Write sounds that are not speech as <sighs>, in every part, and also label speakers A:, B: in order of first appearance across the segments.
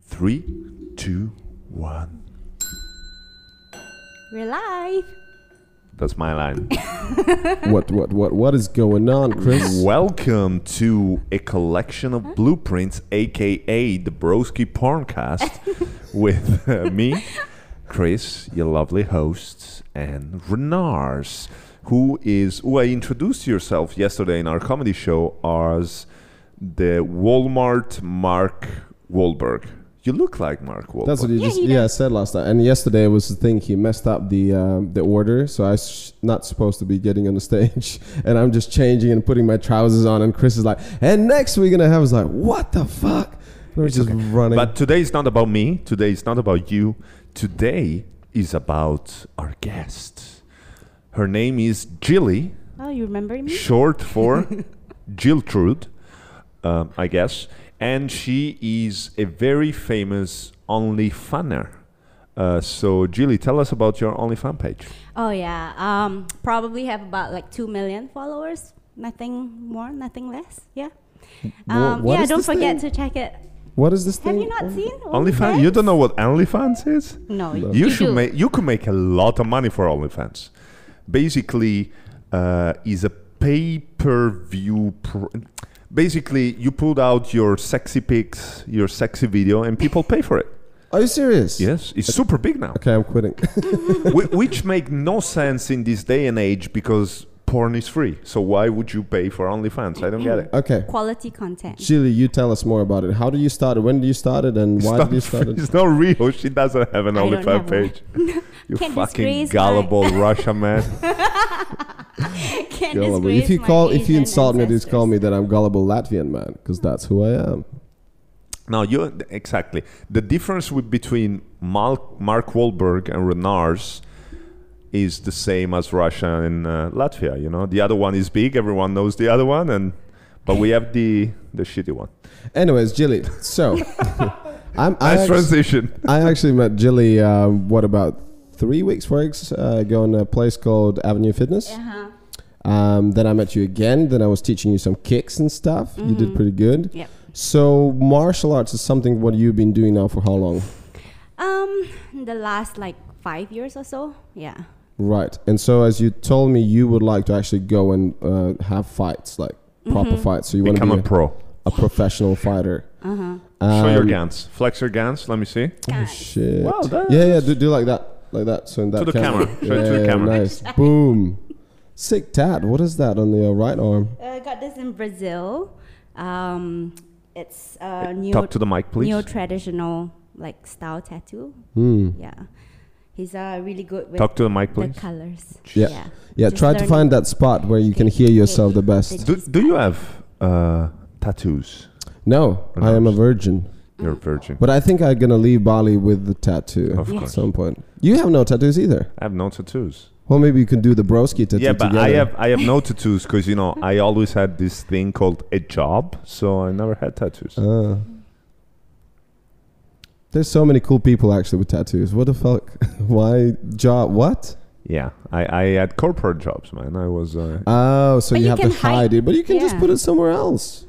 A: Three, two, one.
B: We're live.
A: That's my line.
C: what what what what is going on, Chris?
A: <laughs> Welcome to a collection of blueprints, aka the Broski <laughs> Porncast, with uh, me, Chris, your lovely hosts, and Renars, who is who I introduced yourself yesterday in our comedy show as the Walmart Mark Wahlberg. You look like Mark Wahlberg.
C: That's what you
B: Yeah,
C: just
B: he
C: yeah said last time. And yesterday was the thing he messed up the um, the order, so I'm sh- not supposed to be getting on the <laughs> stage, and I'm just changing and putting my trousers on, and Chris is like, and next we're gonna have I was like, what the fuck? And We're just running.
A: But today is not about me. Today is not about you. Today is about our guest. Her name is Jilly,
B: Oh, you remember me?
A: short for Jiltrude, um, I guess. And she is a very famous OnlyFanner. Uh, so, Jilly, tell us about your OnlyFan page.
B: <laughs> Oh yeah. Um, probably have about like two million followers. Nothing more, nothing less. Yeah.
C: Wha-
B: Um,
C: what
B: yeah.
C: is
B: Don't
C: this thing? Oh,
B: forget to check it.
C: what is this
B: Have
C: thing?
B: you not seen Oh,
A: OnlyFans? You don't know what OnlyFans is?
B: No.
C: No.
A: you should
B: do.
A: make you could make a lot of money for OnlyFans. Basically, uh, is a pay-per-view. Pr- basically, you put out your sexy pics, your sexy video, and people pay for it.
C: Are you serious?
A: Yes, it's super big now,
C: Okay, I'm quitting. <laughs>
A: Whi- which make no sense in this day and age because porn is free. So why would you pay for OnlyFans? I don't get it.
C: okay.
B: Quality content.
C: Chili, you tell us more about it. How did you start it? When did you start it? And
A: It's
C: <laughs> why
A: not, <laughs>
C: did you start it?
A: it's not real. She doesn't have an
B: I don't
A: OnlyFans
B: have
A: page.
B: <laughs>
A: You
B: Can't
A: fucking
B: disgrace my-
A: gullible
B: <laughs>
A: Russia man.
B: Can't
C: Gullible.
B: disgrace
C: If you
B: my
C: call, if you
B: Asian
C: insult me, just
B: ancestors.
C: call me that I'm gullible Latvian man, because that's who I am.
A: No, you exactly. The difference with, between Mal- Mark Wahlberg and Renars is the same as Russia and uh, Latvia. You know, the other one is big. Everyone knows the other one, and but we have the the shitty one.
C: Anyways, Jilly.
A: <laughs>
C: So, I'm, I,
A: Nice
C: actually,
A: transition.
C: I actually met Jilly. Uh, what about three weeks, four weeks uh, ago in a place called Avenue Fitness.
B: Uh-huh.
C: Um, then I met you again. Then I was teaching you some kicks and stuff. You did pretty good.
B: Yep.
C: So martial arts is something what you've been doing now for how long?
B: Um, the last like five years or so. Yeah.
C: Right. And so as you told me, you would like to actually go and uh, have fights, like proper fights. So you want to
A: Become
C: be
A: a pro.
C: a professional fighter.
B: Uh-huh.
A: Show your
C: Um,
A: gans. Flex your gans. Let me see.
C: Oh, shit.
A: Wow, that's-
C: yeah, yeah, do, do like that. Like that. So in that
A: the camera. Show it
C: yeah,
A: to the camera.
B: <laughs>
C: Nice. Boom. Sick tat. What is that on your right arm?
B: Uh, I got this in Brazil. Um, it's uh, new.
A: Talk to the mic, please. Hmm.
B: Neo traditional like style tattoo. Yeah, he's uh, really good with
A: Talk to the mic,
B: the
A: please.
B: colors.
C: Yeah.
B: yeah.
C: Yeah,
B: Just
C: try to
B: learning.
C: find that spot where you can hear yourself the best.
A: Do, do you have uh, tattoos?
C: No, I am a virgin.
A: You're a virgin.
C: But I think I'm gonna leave Bali with the tattoo
A: Of
C: at
A: course.
C: some point. You have no tattoos either.
A: I have no tattoos.
C: Well, maybe you can do the broski tattoo
A: yeah, but
C: together.
A: I have I have no tattoos because you know I always had this thing called a job, so I never had tattoos.
C: Ah. There's so many cool people actually with tattoos. What the fuck? <laughs> Why job? What?
A: yeah, I, I had corporate jobs, man. I was uh,
C: Oh, so
B: But
C: you,
B: you
C: have to
B: can
C: hide,
B: hide-
C: it, but you can just
B: yeah.
C: put it somewhere else.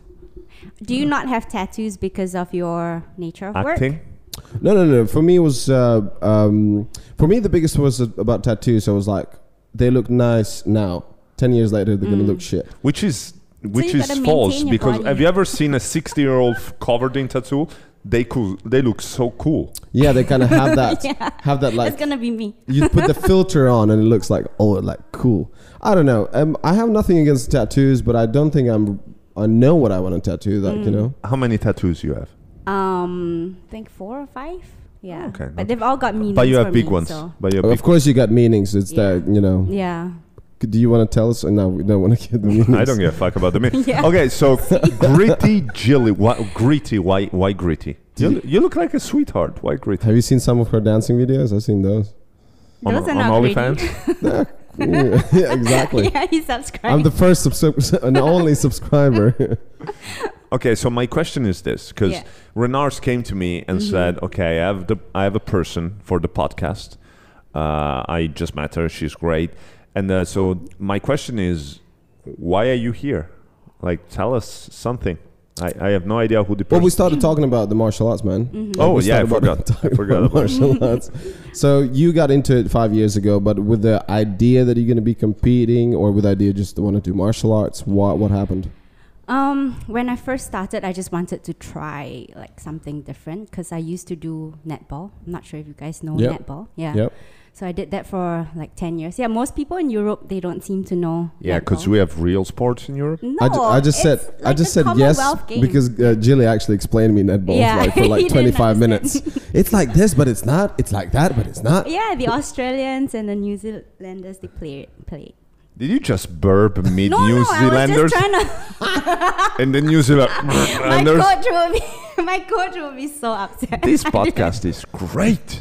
B: Do you not have tattoos because of your nature of
A: acting.
B: work?
C: No, no, no. For me, it was uh, um, for me the biggest was about tattoos. I was like, they look nice now. Ten years later, they're gonna look
B: Mm.
C: shit.
A: which is which
B: you
A: is
B: gotta
A: false
B: maintain your
A: because
B: body.
A: have you ever seen a 60 year old covered in tattoo they cool they look so cool
C: Yeah, they kind of
B: <laughs>
C: have that, have that
B: That's
C: like
B: gonna be me.
C: you
B: <laughs>
C: put the filter on and it looks like oh like cool i don't know um, i have nothing against tattoos but i don't think i'm i know what i want to tattoo like
B: Mm.
C: you know
A: how many tattoos you have
B: Um, I think four or five. Yeah.
A: Oh, Okay,
B: But
A: not-
B: they've all got meanings.
A: but you
B: for
A: have big
B: me,
A: ones
B: so-
A: but you have
C: of
A: big
C: course you got meanings it's that you know
B: Yeah.
C: do you want to tell us no we don't want to get the meanings
A: <laughs> I don't give a fuck
B: <laughs>
A: about the mean.
B: Yeah.
A: Okay, so gritty Jilly. Why, gritty, why why gritty? You, you look like a sweetheart. Why gritty?
C: have you seen some of her dancing videos i've seen
B: <laughs>
C: those
A: On-
B: Those
A: on
B: are not pretty. <laughs>
A: OnlyFans?
C: yeah <laughs> exactly
B: yeah, he subscribed.
C: i'm the first subscri- <laughs> and
B: <laughs>
C: only subscriber
A: Okay, so my question is this because
B: Yeah. Mm-hmm.
A: Renars came to me and said, "Okay, I have the I have a person for the podcast. Uh, I just met her; she's great." And uh, so my question is, why are you here? Like, tell us something. I, I have no idea who the
C: Well,
A: person.
C: we started talking about the martial arts, man.
B: Mm-hmm.
C: Like,
A: Oh,
C: we
A: yeah, I
C: started about-
A: forgot.
C: talking
A: I forgot about
C: martial <laughs> arts. So you got into it five years ago, but with the idea that you're going to be competing, or with the idea just to want to do martial arts, what what happened?
B: Um, when I first started, I just wanted to try like something different because I used to do netball. I'm not sure if you guys know
C: Yep.
B: netball. Yeah.
C: Yep.
B: So I did that for like ten years. Yeah. Most people in Europe they don't seem to know.
A: yeah, because
B: netball.
A: we have real sports in Europe.
B: No,
C: I, ju- I just said
B: it's
C: I
B: like
C: just
B: the
C: said yes
B: Commonwealth game.
C: because uh, Jilly actually explained me netball
B: Yeah,
C: like,
B: <laughs>
C: for
B: he
C: like
B: didn't
C: 25 minutes.
B: understand.
C: it's like this, but it's not. It's like that, but it's not.
B: yeah, the Australians and the New Zealanders they play it. Play. it.
A: Did you just burp mid
B: No,
A: New
B: no, I was <laughs>
A: Zealanders
B: just trying to.
C: <laughs>
A: and then New Zealand?
B: <laughs>
A: <laughs>
B: my
A: and there's-
B: coach will be <laughs> my coach will be so upset.
A: this podcast is
B: <laughs>
A: great.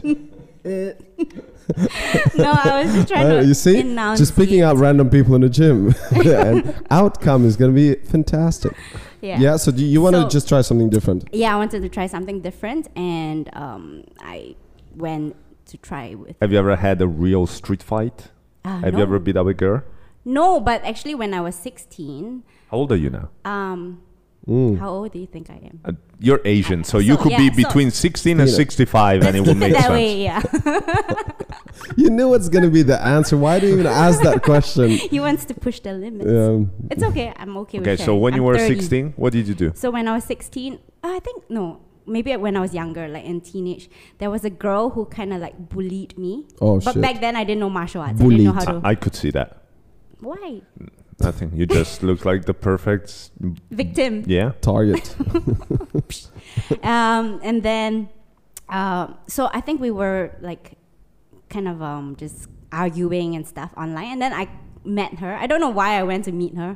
B: no, I was just trying
C: <laughs> Uh,
B: to
C: you see,
B: announce
C: just picking
B: it.
C: out random people in
B: <laughs>
C: the gym, <laughs> and outcome is going to be fantastic.
B: Yeah.
C: Yeah. so do you want to
B: So-
C: just try something different?
B: Yeah, I wanted to try something different, and um, I went to try with.
A: Have you ever had a real street fight?
B: Uh,
A: have
B: no.
A: you ever beat up a girl?
B: No, but actually, when I was 16,
A: How old are you now?
B: um,
C: Mm.
B: how old do you think I am?
A: Uh, you're Asian, so,
B: So,
A: you could
B: yeah,
A: be
B: so-
A: between 16 and
C: Yeah.
A: 65, and it would
B: Keep
A: make
B: it <laughs> that
A: sense.
B: way, yeah.
C: You knew it's going to be the answer. Why do you even ask that question? <laughs>
B: he wants to push the limits.
C: Um,
B: It's okay. I'm okay, with
A: Okay, so
B: sharing.
A: when you
B: I'm
A: were
B: 30.
A: 16, what did you do?
B: So when I was 16, uh, I think, no, maybe when I was younger, like in teenage, there was a girl who kind of like bullied me.
C: Oh,
B: But
C: shit.
B: back then, I didn't know martial arts. I didn't know
C: Bullied.
B: how to.
A: I, I could see that.
B: Why?
A: Nothing. You
B: <laughs>
A: just look like the perfect. s-
B: Victim.
A: Yeah.
B: <laughs>
C: Target.
B: um, and then, um, so I think we were like kind of um, just arguing and stuff online. And then I met her. I don't know why I went to meet her.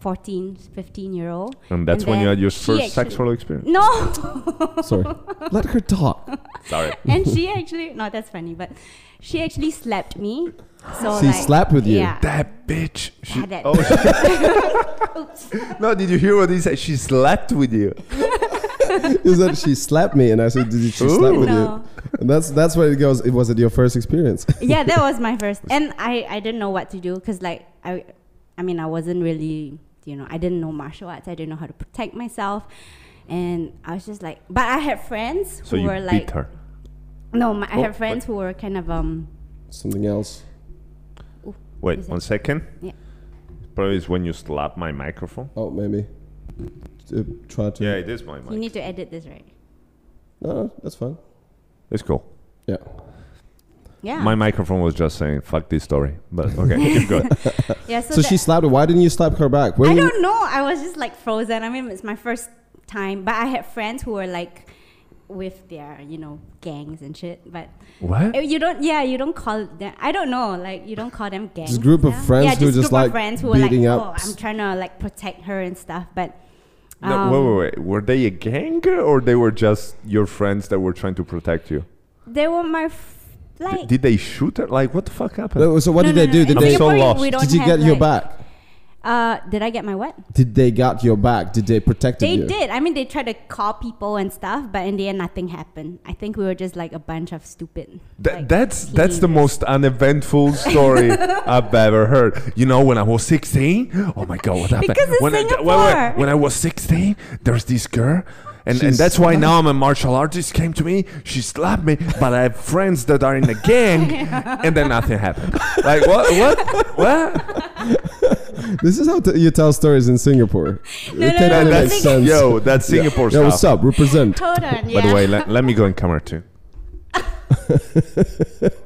B: 14, 15 year old.
A: And that's
B: And
A: when you
B: then
A: had your
B: she
A: first
B: actually- <laughs>
A: sexual experience.
B: No!
C: Sorry. Let her talk.
A: Sorry.
B: and she actually, no, that's funny, but she actually slapped me. So
C: She
B: like,
C: slapped with you?
B: Yeah.
A: That bitch. She,
B: Yeah, that-
A: oh, she- no, did you hear what he said? She slept with
C: <laughs>
A: you.
C: Is that she slapped me? And I said, Did she slap
A: Ooh.
C: with
B: No.
C: you? And that's that's where it goes. It was it your first experience? <laughs>
B: yeah, that was my first, and I I didn't know what to do because like I, I mean I wasn't really you know I didn't know martial arts. I didn't know how to protect myself, and I was just like, but I had friends
A: So
B: who
A: you
B: were
A: beat
B: like,
A: her.
B: no, my, I
A: Oh,
B: had friends who were kind of um
C: Something else.
A: Wait
B: Is
A: one second.
B: Yeah.
A: Probably is when you slap my microphone.
C: Oh, maybe. Uh, try to.
A: Yeah, it is my
B: you
A: mic.
B: need to edit this right.
C: No, no, that's fine.
A: It's cool.
C: Yeah.
B: Yeah,
A: My microphone was just saying, fuck this story. But okay, keep
B: <laughs>
A: going.
B: yeah. So,
C: So,
B: that-
C: she slapped her. Why didn't you slap her back? When
B: I
C: you-
B: don't know. I was just like frozen. I mean, it's my first time, but I had friends who were like with their you know gangs and shit, but.
A: What?
B: Uh, You don't, yeah, you don't call them. I don't know, like you don't call them gangs.
C: Just group of
B: yeah?
C: friends
B: yeah,
C: who just
B: group
C: like
B: of friends who are like,
C: beating up
B: oh,
C: s-
B: I'm trying to like protect her and stuff. But
A: No,
B: Um,
A: wait, wait, wait. Were they a gang or they were just your friends that were trying to protect you?
B: they were my f-
A: D-
B: like.
A: did they shoot her? Like, what the fuck happened?
C: No, So what
B: No,
C: did
B: no,
C: they
B: no,
C: do?
B: in
C: Did they?
A: I'm so
B: Singapore,
A: lost.
B: we don't
C: Did you
B: have,
C: get your
B: like-
C: back?
B: Uh, did I get my what?
C: Did they got your back? Did they protect
B: They
C: you?
B: did. I mean, they tried to call people and stuff, but in the end, nothing happened. I think we were just like a bunch of stupid.
A: Th-
B: like,
A: that's that's the
B: teenagers.
A: most uneventful
B: <laughs>
A: story I've ever heard. You know, when I was 16, oh my god, what happened?
B: Because it's
A: when, I, wait,
B: Singapore.
A: wait, when I was 16, there's this girl, and, and
C: She's-
A: that's why now I'm a martial artist. Came to me, she slapped me, but I have friends that are in a
B: <laughs>
A: gang, and then nothing happened. Like what? What? What?
C: This is how t- you tell stories in Singapore.
B: <laughs> No, no,
C: totally
B: no, no,
C: makes
B: no.
C: sense.
A: Yo, that's Singapore
C: Yo, what's
A: stuff.
C: up? Represent.
B: Hold on, yeah.
A: By the way, let, let me go in camera too. <laughs>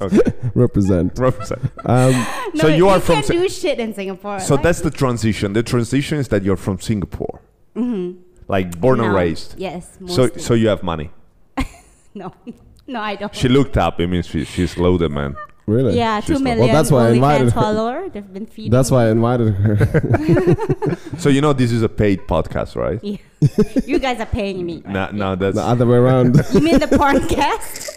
A: okay,
C: Represent.
A: represent.
C: Um,
B: <laughs> no,
A: so you are from
B: can't
A: Sing-
B: do shit in Singapore.
A: So
B: like,
A: that's the transition. The transition is that you're from Singapore, like born and
B: Mm-hmm. no.
A: raised.
B: Yes.
A: So,
B: Mostly.
A: so you have money.
B: <laughs> no, <laughs> no, I don't.
A: She looked up. It means she, she's loaded, man.
C: really?
B: Yeah,
A: She's
B: two
A: not-
B: million.
C: Well, that's why I
B: OnlyFans
C: invited her.
B: follower. They've been feeding.
C: That's why I invited her.
A: <laughs> So you know this is a paid podcast, right?
B: Yeah. <laughs> you guys are paying me.
A: No,
B: right?
A: no, that's
C: the other way around. <laughs>
B: You mean the podcast?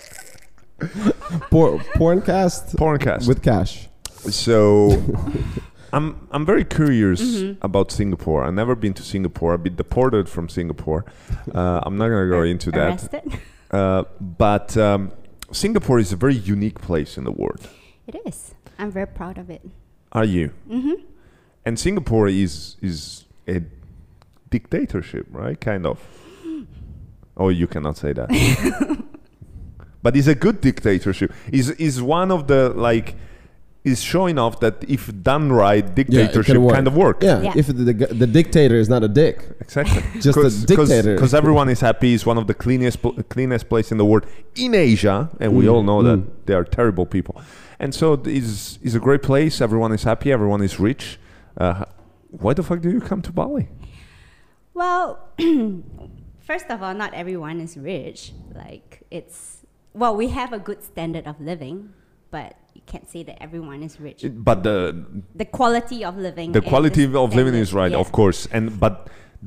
C: Por- porncast
A: porncast.
C: with cash.
A: so I'm I'm very curious
B: Mm-hmm.
A: about Singapore. I've never been to Singapore. I've been deported from Singapore. Uh, I'm not gonna go into that.
B: Arrested?
A: Uh, but um, Singapore is a very unique place in the world.
B: It is. I'm very proud of it.
A: Are you? Mm-hmm. And Singapore is is a dictatorship, right? Kind of. Oh, you cannot say that. but it's a good dictatorship. Is is one of the like is showing off that if done right,
C: Yeah, it
A: dictatorship
C: can work.
A: kind of work.
C: Yeah,
B: Yeah.
C: if the, the, the dictator is not a dick,
A: Exactly.
C: <laughs> Just a dictator.
A: Because everyone is happy. It's one of the cleanest pl- cleanest place in the world in Asia, and we
C: Mm,
A: all know
C: mm.
A: that they are terrible people. And so th- is is a great place. Everyone is happy. Everyone is rich. Uh, h- why the fuck do you come to Bali?
B: Well, <clears throat> first of all, not everyone is rich. Like it's well, we have a good standard of living, but you can't say that everyone is rich.
A: It- but the
B: the quality of living.
A: the
B: and
A: quality of living
B: Mm, standard,
A: is right,
B: yeah.
A: of course. And but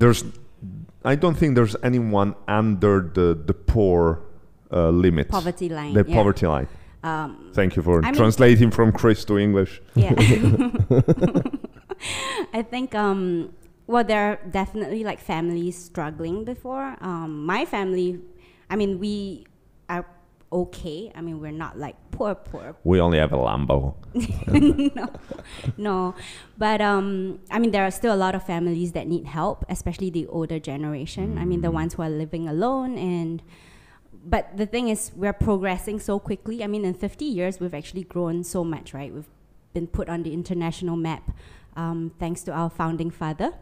A: there's I don't think there's anyone under the the poor uh, limit,
B: Poverty line.
A: the
B: yeah.
A: poverty line.
B: Um,
A: Thank you for
B: I mean-
A: translating from Chris to English.
B: yeah. <laughs> I think um, well, there are definitely like families struggling before. Um, my family, I mean, we are okay. I mean, we're not like poor, poor,
A: We only have a Lambo.
B: no, no. But um, I mean, there are still a lot of families that need help, especially the older generation. I mean, the
A: Mm.
B: ones who are living alone and. But the thing is, we're progressing so quickly. I mean, in 50 years, we've actually grown so much, right? We've been put on the international map um, thanks to our founding father,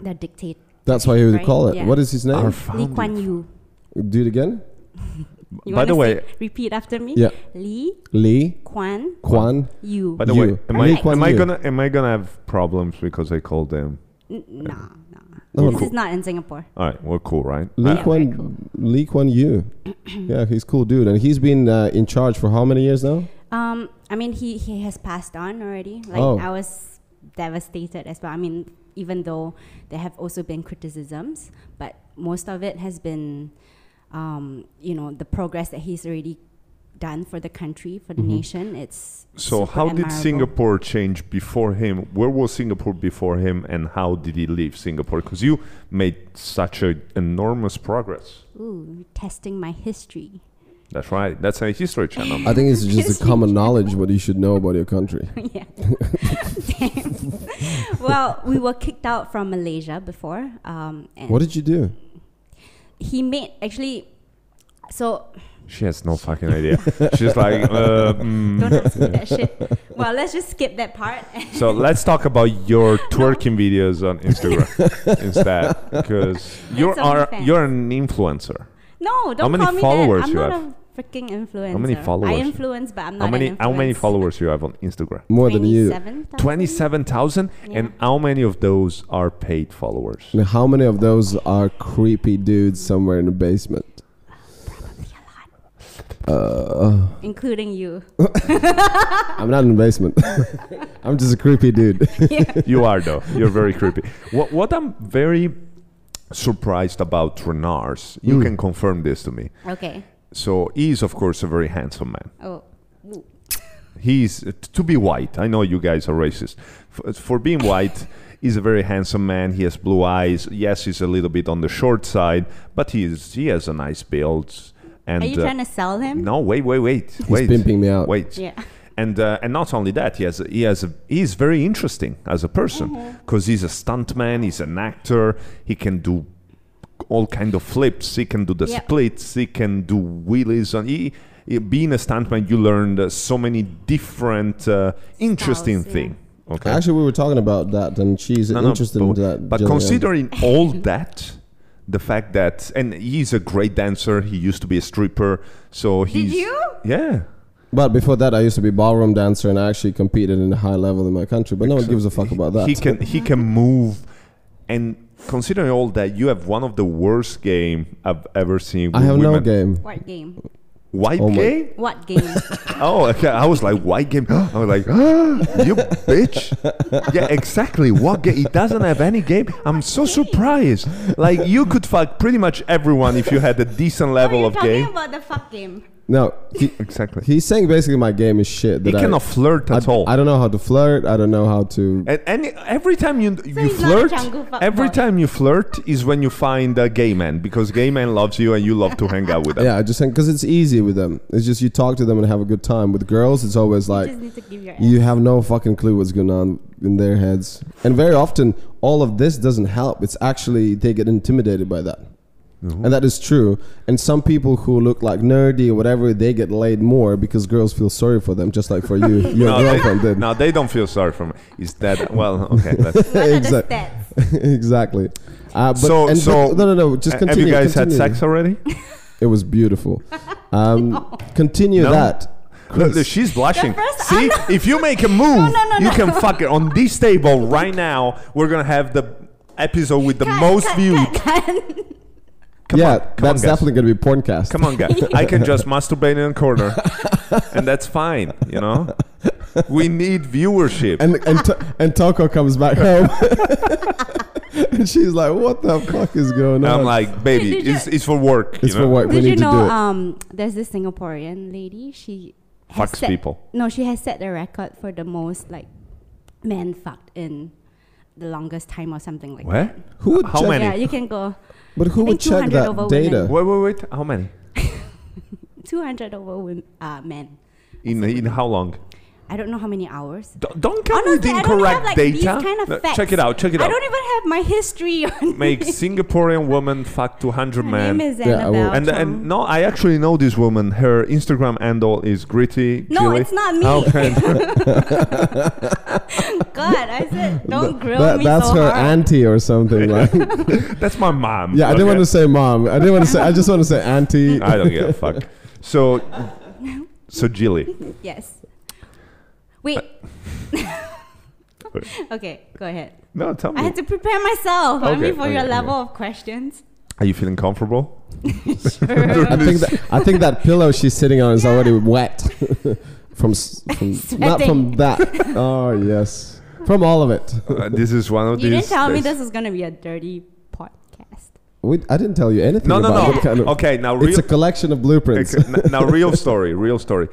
B: the dictator
C: that's why he would
B: Right,
C: call it.
B: yeah.
C: What is his name?
A: Our
B: Lee
A: founding
B: Kuan Yew.
C: Do it again.
B: You
A: By the
B: wanna
A: way-
B: say- repeat after me.
C: Yeah.
B: Lee
C: Lee
B: Kuan
C: Kwan.
B: Yew.
A: By the
C: You.
A: way, am
C: Lee
A: I,
C: Kuan
A: am I
C: Yew.
A: gonna am I gonna have problems because I called them?
B: N- nah, nah.
C: No,
B: this
C: cool.
B: is not in Singapore.
A: All right, we're cool, right?
C: Lee
A: Uh,
C: Kuan
B: very cool.
C: Lee Kuan Yew.
A: <clears throat>
C: yeah, he's cool dude, and he's been uh, in charge for how many years now?
B: Um, I mean, he he has passed on already. Like
C: Oh.
B: I was devastated as well. I mean, even though there have also been criticisms, but most of it has been, um, you know, the progress that he's already done for the country, for the nation. It's
A: Mm-hmm. so
B: super
A: how did
B: admirable.
A: Singapore change before him? Where was Singapore before him, and how did he leave Singapore? Because you made such a enormous progress.
B: Ooh, testing my
A: <laughs>
B: history. <laughs>
A: That's right. That's a history channel.
C: I think it's just a common knowledge what you should know about your country.
B: yeah. <laughs> well, we were kicked out from Malaysia before. Um, and
C: What did you do?
B: he made actually? So
A: She has no fucking idea. She's like, uh, mm.
B: Don't ask me
A: <laughs>
B: that shit. Well, let's just skip that part. <laughs>
A: so let's talk about your twerking videos on
C: <laughs>
A: Instagram instead, because you
B: It's
A: are
B: OnlyFans.
A: you're an influencer.
B: no, don't
A: many
B: call me
A: followers
B: that. I'm
A: you
B: not
A: have?
B: a freaking influencer.
A: many
B: I
A: followers?
B: influence, but I'm not
A: How many
B: an
A: how many
B: influencer.
A: followers you have on Instagram?
C: More than you.
B: 27,000?
A: 27,000 and
B: Yeah.
A: how many of those are paid followers? <laughs>
C: And how many of those are creepy dudes somewhere in the basement? Uh,
B: including you.
C: I'm not in the basement. <laughs> I'm just a creepy dude.
A: you are though. You're very creepy. What what I'm very surprised about Renars, you
C: Mm.
A: can confirm this to me.
B: Okay.
A: So he's of course a very handsome man.
B: Oh. Ooh.
A: He's to be white. I know you guys are racist. For, for being white, he's a very handsome man. He has blue eyes. Yes, he's a little bit on the short side, but he is he has a nice build. And
B: Are you
A: uh,
B: trying to sell him?
A: no, wait, wait, wait, wait,
C: pimping me out.
A: Wait,
B: Yeah.
A: and uh, and not only that, he has he has a, he's very interesting as a person
B: Mm-hmm.
A: because he's a stuntman, he's an actor, he can do all kind of flips, he can do the
B: Yep.
A: splits, he can do wheelies. On he, he- being a stuntman, you learned uh, so many different uh, interesting
B: Styles, yeah.
A: thing. Okay,
C: <laughs> Actually, we were talking about that, and she's
A: No, no,
C: interested
A: but,
C: in that.
A: but
C: Jillian.
B: <laughs>
A: considering all that. The fact that, and he's a great dancer. He used to be a stripper, so he's.
B: you?
A: Yeah.
C: But before that, I used to be ballroom dancer, and I actually competed in a high level in my country. But no one gives a fuck about that.
A: He can he can move, and considering all that, you have one of the worst game I've ever seen.
C: I
A: with
C: have
A: women.
C: no game.
B: What game?
A: White
C: Oh my-
A: game?
B: What game?
A: Oh, okay. I was like white
C: <gasps>
A: game. I was like, you bitch. Yeah, exactly. What game? He doesn't have any game. I'm so surprised. Like you could fuck pretty much everyone if you had a decent
B: What
A: <laughs>
B: are
A: level
B: you
A: of
B: talking
A: game.
B: about the fuck game?
C: No, he,
A: Exactly.
C: he's saying basically my game is shit.
A: He
C: that I-
A: cannot flirt
C: I,
A: at all.
C: I don't know how to flirt. I don't know how to.
A: And any, every time you you
B: he's not a
A: flirt,
B: jungle fuck
A: every
B: boy.
A: time you flirt is when you find a gay man because gay man loves you and you love to hang out
C: <laughs>
A: with them.
C: Yeah, I just think because it's easy with them. It's just you talk to them and have a good time. With girls, it's always like
B: Just need to give your
C: you have no fucking clue what's going on. in their heads. And very often, all of this doesn't help. It's actually they get intimidated by that. And that is true. And some people who look like nerdy or whatever, they get laid more because girls feel sorry for them, just like
A: <laughs>
C: for you, your girlfriend
A: they,
C: did.
A: no, they don't feel sorry for me. Is that well?
C: <laughs>
A: Okay, let's.
B: What are the
C: Exact-
B: stats?
C: <laughs> exactly. Uh, but,
A: So-
C: and-
A: so-
C: but- no, no, no. Just
A: have
C: continue.
A: you guys
C: continue.
A: had sex
C: <laughs>
A: already?
C: It
B: <laughs>
C: was beautiful. Um, Continue
A: No.
C: that.
A: Look, look, she's blushing.
B: first-
A: See,
B: I'm not-
A: if you make a move,
B: no, no,
A: you
B: no.
A: can fuck it on this
B: <laughs>
A: table right now. We're gonna have the episode with the
B: Cut,
A: most
B: cut,
A: viewed.
B: cut, cut. <laughs>
A: Come
C: yeah,
A: on, come
C: that's
A: on, guys.
C: definitely going to be
A: <laughs>
C: porncast.
A: Come on,
B: <laughs>
A: guys. I can just masturbate in a corner, and that's fine. You
C: <laughs>
A: know, we need viewership.
C: And and t- and Toko
A: <laughs>
C: comes back home, <laughs> and she's like, "What the fuck is going
A: And
C: on?"
A: I'm like, baby,
B: <laughs> Did you-
A: it's, it's for work. you
C: "It's
A: know?
C: for what we
B: Did you
C: need to
B: know
C: do." It.
B: um there's this Singaporean lady she has
A: Fucks
B: set-
A: people.
B: No, she has set the record for the most like men fucked in the longest time or something like
A: What?
B: that.
C: who would
A: how
C: check,
A: many?
B: Yeah, you can go
C: But who
B: I
C: would
B: think
C: check
B: 200 over
C: that
B: women.
C: data?
A: Wait, wait, wait. How many?
B: 200 over women, uh, men.
A: In in how long?
B: I don't know how many hours.
A: D- don't come with
B: Honestly, I don't
A: incorrect
B: have, like,
A: data.
B: These kind of
A: No,
B: facts.
A: Check it out. Check it
B: I
A: out.
B: don't even have my history
A: <laughs>
B: on <laughs>
A: Make
B: me.
A: Singaporean woman fuck 200
B: My
A: men.
B: name is
C: Yeah, I
B: Annabelle.
C: will-
A: and and
B: Chong.
A: no, I actually know this woman. Her Instagram handle is gritty.
B: no,
A: Gilly.
B: it's not
C: <laughs>
B: me.
A: Okay.
B: <laughs> God, I said
C: <laughs>
B: don't grill
C: That-
B: me
C: that's
B: so
C: her
B: hard.
C: auntie or
A: <laughs>
C: something. Like,
A: <laughs>
C: yeah,
A: That's my mom.
C: I didn't want
A: okay?
C: to say mom. I didn't want to say. I just want to say auntie.
A: I don't give a
C: <laughs>
A: fuck. So, so
B: <laughs>
A: Gilly.
B: Yes.
A: Uh,
B: <laughs> Wait. okay, go ahead.
A: No, tell
B: I
A: me.
B: had to prepare myself. I
A: Okay,
B: mean, for
A: okay,
B: your
A: okay.
B: level of questions.
A: Are you feeling
B: <laughs>
A: comfortable? <laughs>
C: I think that I think that pillow she's sitting on is
B: Yeah.
C: already wet <laughs> from, s- from not from
B: Sweating.
C: that. Oh yes, from all of it.
A: Uh, this is one of
B: You
A: these.
B: didn't tell me
A: days.
B: this was going to be a dirty podcast.
C: We, I didn't tell you anything.
A: No, no,
C: about
A: no.
C: What kind of,
A: okay, now real.
C: It's a collection of blueprints.
A: Okay, n- now real story real story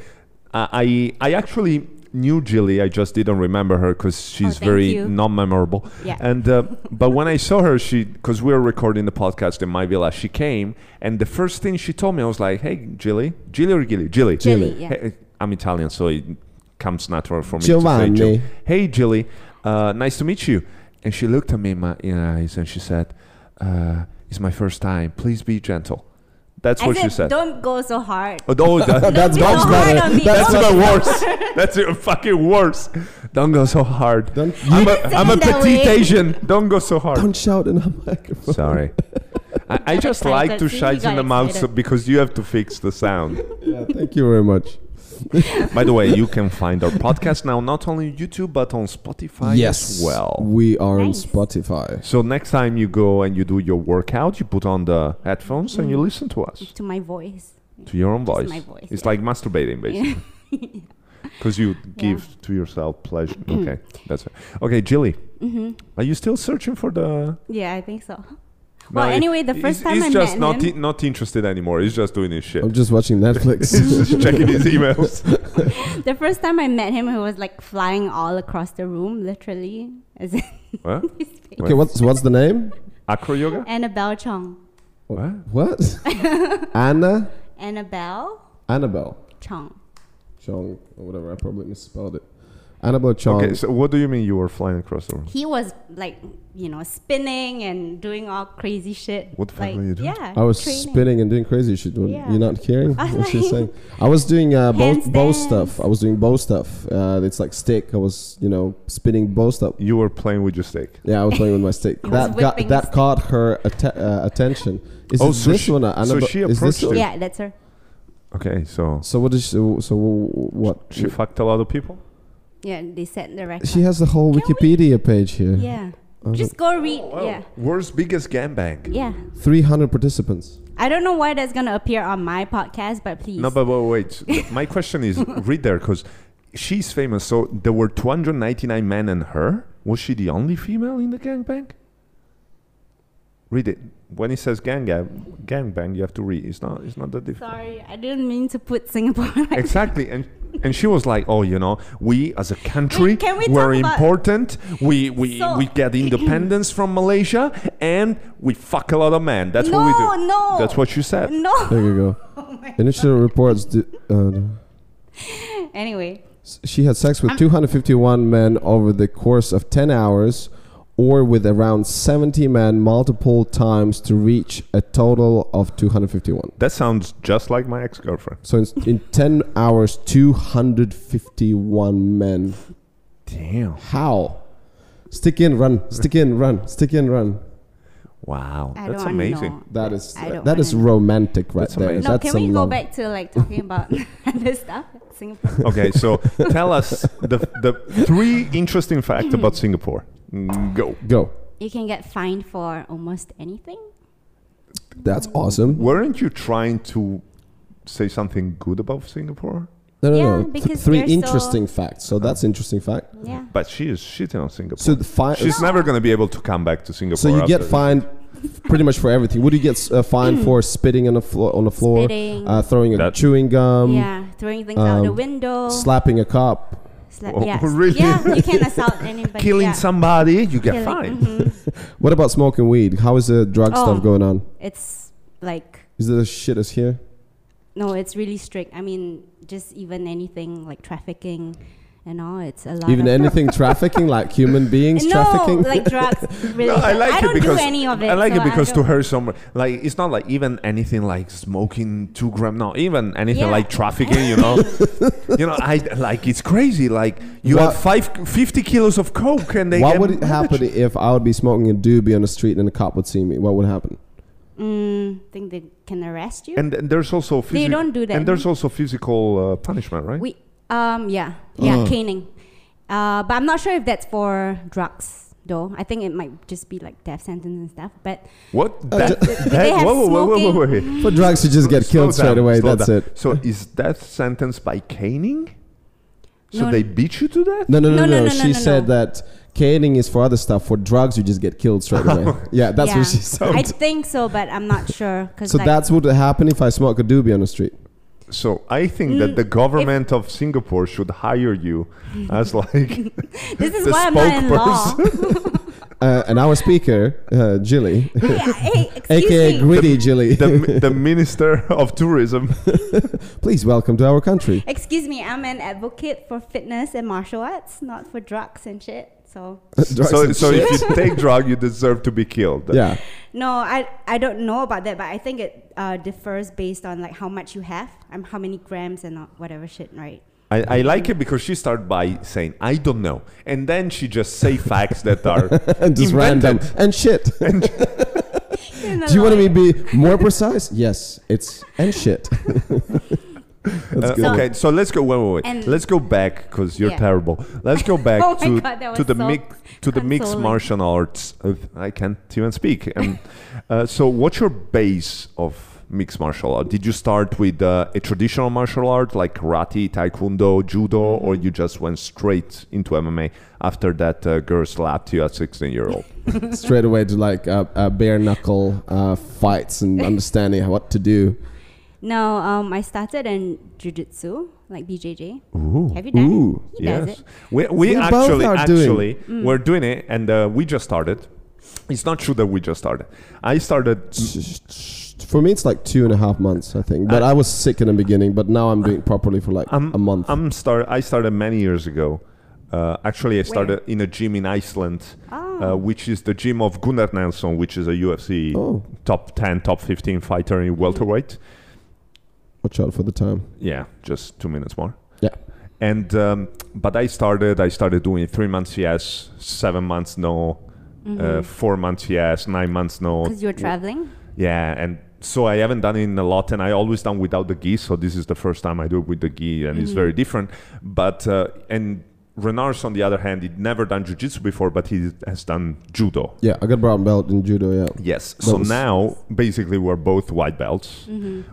A: uh, i i actually knew Jilly. i just didn't remember her because she's
B: Oh, thank
A: very
B: you.
A: non-memorable
B: Yeah.
A: and uh, but when i saw her she because we were recording the podcast in my villa she came and the first thing she told me i was like hey Jilly, Jilly or gilly Jilly.
B: Gilly, yeah.
A: Hey, i'm italian so it comes natural for me to say
C: Giovanni.
A: Gil- hey Jilly, uh, nice to meet you and she looked at me in my in my eyes and she said uh, it's my first time please be gentle that's
B: I
A: what she said
B: said, don't go so hard.
A: Oh, no, <laughs> that-
B: Don't
C: That's
B: be
C: much
B: so hard
C: better.
B: on me.
A: that's
B: Don't-
A: even worse.
B: <laughs>
A: That's even fucking worse. Don't go so hard.
C: <laughs> Don't,
A: I'm a,
B: didn't say
A: I'm a
B: it that
A: petite
B: way.
A: Asian. Don't go so hard.
C: don't shout in a <laughs> microphone.
A: Sorry. I, I just
B: Got
A: like to
B: excited. See,
A: shout
B: you
A: in the
B: got
A: mouth so,
B: excited.
A: because you have to fix the sound.
C: Yeah, thank you very much.
A: By the way, you can find our podcast now not only on YouTube but on Spotify
C: yes.
A: as well.
C: we are
B: Nice.
C: on Spotify.
A: So next time you go and you do your workout, you put on the headphones and you listen to us,
B: To my voice.
A: to your own
B: Just
A: voice.
B: my voice,
A: it's
B: yeah.
A: like masturbating, basically.
B: Yeah.
A: Because you give to yourself
B: <clears throat>
A: pleasure. okay, that's it. Okay, Jilly,
B: Mm-hmm.
A: are you still searching for the?
B: <laughs> yeah, I think so. <laughs>
A: No,
B: Well,
A: it-
B: anyway, the first
A: he's,
B: time
A: he's
B: I
A: just
B: met
A: not
B: him-
A: i- not interested anymore. He's just doing his shit.
C: I'm just watching Netflix.
A: <laughs> He's <laughs> just
C: <laughs>
A: checking his emails.
B: The first time I met him, he was like flying all across the room, literally. As in <laughs>
A: what?
B: his face.
C: okay, what's what's the name?
A: Acro
B: <laughs>
A: yoga?
B: Annabelle Chong.
A: What?
C: What?
B: <laughs>
C: Anna
B: Annabelle
C: Annabelle
B: Chong.
C: Chong or whatever. I probably misspelled it. Annabelle Chong.
A: Okay, so what do you mean you were flying across the room?
B: he was like you know spinning and doing all crazy shit.
A: What the fuck
B: like,
A: were you doing?
B: Yeah,
C: I was
B: training.
C: spinning and doing crazy shit. What-
B: Yeah.
C: You're not hearing
B: <laughs> I
C: what she's
B: like-
C: saying. I was doing uh, bow, bow
B: Handstands.
C: stuff. I was doing bow stuff. Uh, it's like stick. I was, you know, spinning bow stuff.
A: You were playing with your steak.
C: Yeah, I was playing with my stick.
B: <laughs> I was
C: that got
B: whipping
C: that
B: stick.
C: caught her atte- uh, attention. Is
A: Oh,
C: it
A: so
C: this
A: she-
C: one?
A: so
C: Annabelle,
A: she
C: is this
A: approached
C: one?
A: you.
B: Yeah, that's her.
A: Okay, so
C: So what is she, so what?
A: she fucked a lot of people.
B: Yeah, they set the record.
C: She has the whole
B: Can
C: Wikipedia page here. Uh,
B: yeah, just go read.
A: Oh,
B: Yeah,
A: World's biggest gangbang.
B: yeah.
C: Three hundred participants.
B: I don't know why that's gonna appear on my podcast, but please.
A: No, but wait.
B: <laughs>
A: wait. My question is, read there, because she's famous. So there were 299 men and her. Was she the only female in the gangbang? Read it. When it says gang uh, gangbang, you have to read. It's not. It's not that difficult.
B: Sorry, <laughs> I didn't mean to put Singapore. <laughs> Like
A: Exactly, and and she was like, "Oh, you know, we as a country,
B: Wait, can we
A: we're
B: talk about-
A: important. We we
B: So-
A: we
B: <clears throat>
A: get independence from Malaysia, and we fuck a lot of men. That's what we
B: No,
A: do.
B: no.
A: That's what she said.
B: no. <laughs> Oh
C: There you go. Initial reports. Do, uh, no.
B: Anyway,
C: S- She had sex with
B: I'm-
C: 251 men over the course of 10 hours, or with around 70 men multiple times to reach a total of 251.
A: That sounds just like my ex girlfriend.
C: So in, in 10 hours, 251 men.
A: Damn.
C: How? Stick in, run. Stick in, run. Stick in, run.
A: Wow.
B: I
A: That's
B: don't
A: amazing.
B: Know.
C: That is
B: I don't
C: that is
B: wanna know.
C: romantic right
A: That's
C: there.
A: amazing.
B: No,
C: That's
B: can we
C: some
B: go
C: love.
B: back to like talking about <laughs> other stuff?
A: <laughs>
B: Singapore.
A: Okay, so tell us the, the three interesting facts
B: <laughs>
A: about Singapore. Mm, Go.
C: Go.
B: You can get fined for almost anything.
C: That's awesome.
A: Weren't you trying to say something good about Singapore?
C: No, no,
B: Yeah,
C: no. Th-
B: because
C: three
B: they're so-
C: interesting facts. So that's interesting fact.
B: Yeah.
A: But she is shitting on Singapore.
C: So the fi-
A: She's never going to be able to come back to Singapore.
C: so you get
A: after-
C: fined pretty much for everything. Would you get s- uh, fined
B: <clears throat>
C: for spitting on the floor, on the floor,
B: Spitting.
C: uh, throwing a
A: That-
C: chewing gum,
B: yeah, throwing things out the
C: um,
B: window.
C: slapping a cop?
B: Sla-
A: Oh, <laughs>
B: yes.
A: really?
B: Yeah, you can
A: <laughs>
B: assault anybody.
A: Killing
B: yeah.
A: somebody, you get
B: Killing-
A: fined.
B: mhm.
C: What about smoking weed? How is the drug
B: Oh.
C: stuff going on?
B: <laughs> It's like
C: Is there shit is here?
B: no, it's really strict. I mean, just even anything like trafficking and all, it's a lot.
C: Even
B: of
C: anything trafficking, like
B: <laughs>
C: human beings
B: no,
C: trafficking?
B: like
A: <laughs>
B: drugs. Really,
A: No, I like it
B: don't
A: because
B: do any of it.
A: I like
B: so
A: it because to
B: don't-
A: her, some like it's not like even anything like smoking two gram. No, even anything
B: Yeah.
A: like trafficking. You
B: <laughs>
A: know, you know, I like it's crazy. Like you have
C: What-
A: five, 50 kilos of coke, and they
C: what
A: get
C: would it happen if I would be smoking a doobie on the street and a cop would see me? What would happen?
B: Mm, think they can arrest you.
A: And, and there's also physical.
B: don't do that.
A: And there's also physical uh, punishment, right?
B: We um yeah yeah
A: Mm.
C: Ugh.
B: caning, uh, but I'm not sure if that's for drugs though. I think it might just be like death sentence and stuff. But
A: what?
C: Uh,
A: That,
C: ju-
B: they
A: that,
B: have
A: whoa, whoa, whoa, whoa, whoa, whoa.
C: For drugs, you just get
A: Slow
C: killed
A: down,
C: straight away.
A: slow
C: That's
A: down.
C: it.
A: So is that sentence by caning? So
B: No,
A: they beat you to that?
C: No, no, no, no.
B: No, no, no,
C: she
B: no, no,
C: said
B: no.
C: that caning is for other stuff. For drugs, you just get killed
B: <laughs>
C: straight away. yeah, that's
B: yeah.
C: what she said.
B: I think so, but I'm not sure because
C: so
B: like,
C: that's what would happen if I smoke a doobie on the street.
A: So I think that the government of Singapore should hire you as like
B: this is
A: the
B: why I'm not in law. <laughs>
C: Uh, and our speaker, uh, Jilly,
B: hey,
C: <laughs>
B: hey, excuse
C: aka
B: me.
C: Gritty Jilly,
A: the, mi- the minister of tourism.
C: please welcome to our
B: <laughs>
C: country.
B: Excuse me, I'm an advocate for fitness and martial arts, not for drugs and shit. So
C: <laughs> Drugs
A: so
C: and
A: so
C: shit. <laughs>
A: if you take drug, you deserve to be killed.
C: yeah,
B: no, I I don't know about that, but I think it uh, differs based on like how much you have, um, how many grams and uh, whatever shit, right?
A: I, I like it because she started by saying I don't know, and then she just say facts that are
C: and <laughs>
A: invented.
C: just random and shit.
B: In a
C: Do you want me
B: line.
C: to be more precise? Yes, it's and
B: <laughs>
C: shit. That's
A: Uh,
C: good.
A: okay, so let's go. Wait, wait, wait.
B: And-
A: let's go back because you're
B: Yeah.
A: terrible. Let's go back
B: <laughs> Oh my
A: to
B: God, that
A: to
B: was
A: the
B: so
A: mix to the mixed
B: consoling.
A: martial arts. Of, I can't even speak.
B: <laughs>
A: Um, uh, so, what's your base of mixed martial art? Did you start with uh, a traditional martial art like karate, taekwondo, judo, or
B: Mm-hmm.
A: you just went straight into MMA after that uh, girl slapped you at 16 year old?
C: straight away to like uh, uh, bare knuckle uh, fights and understanding what to do.
B: No, um, I started in jujitsu, like BJJ. Have you done
C: Ooh,
B: it? He does
A: Yes,
B: it.
A: we, we,
C: We both
A: actually
C: are doing.
A: actually we're doing it, and uh, we just started. It's not true that we just started. I started
C: For me, it's like two and a half months, I think. But I was sick in the beginning, but now I'm doing it properly for like
A: Uh, I'm,
C: a month.
A: I'm start. I started many years ago. Uh, actually, I started in a gym in Iceland, uh, which is the gym of Gunnar Nelson, which is a UFC
C: Oh.
A: top 10, top 15 fighter in welterweight.
C: Watch out for the time.
A: Yeah, just two minutes more.
C: Yeah.
A: And um, but I started. I started doing three months yes, seven months no, uh, four months yes, nine months no.
B: Because you're traveling.
A: Yeah, and so I haven't done it in a lot, and I always done without the gi. So this is the first time I do it with the gi, and it's very different. But uh, and Renars, on the other hand, he'd never done jujitsu before, but he has done judo.
C: Yeah, I got brown belt in judo, yeah.
A: Yes.
C: That
A: so Mm-hmm.
C: was-
A: now basically we're both white belts.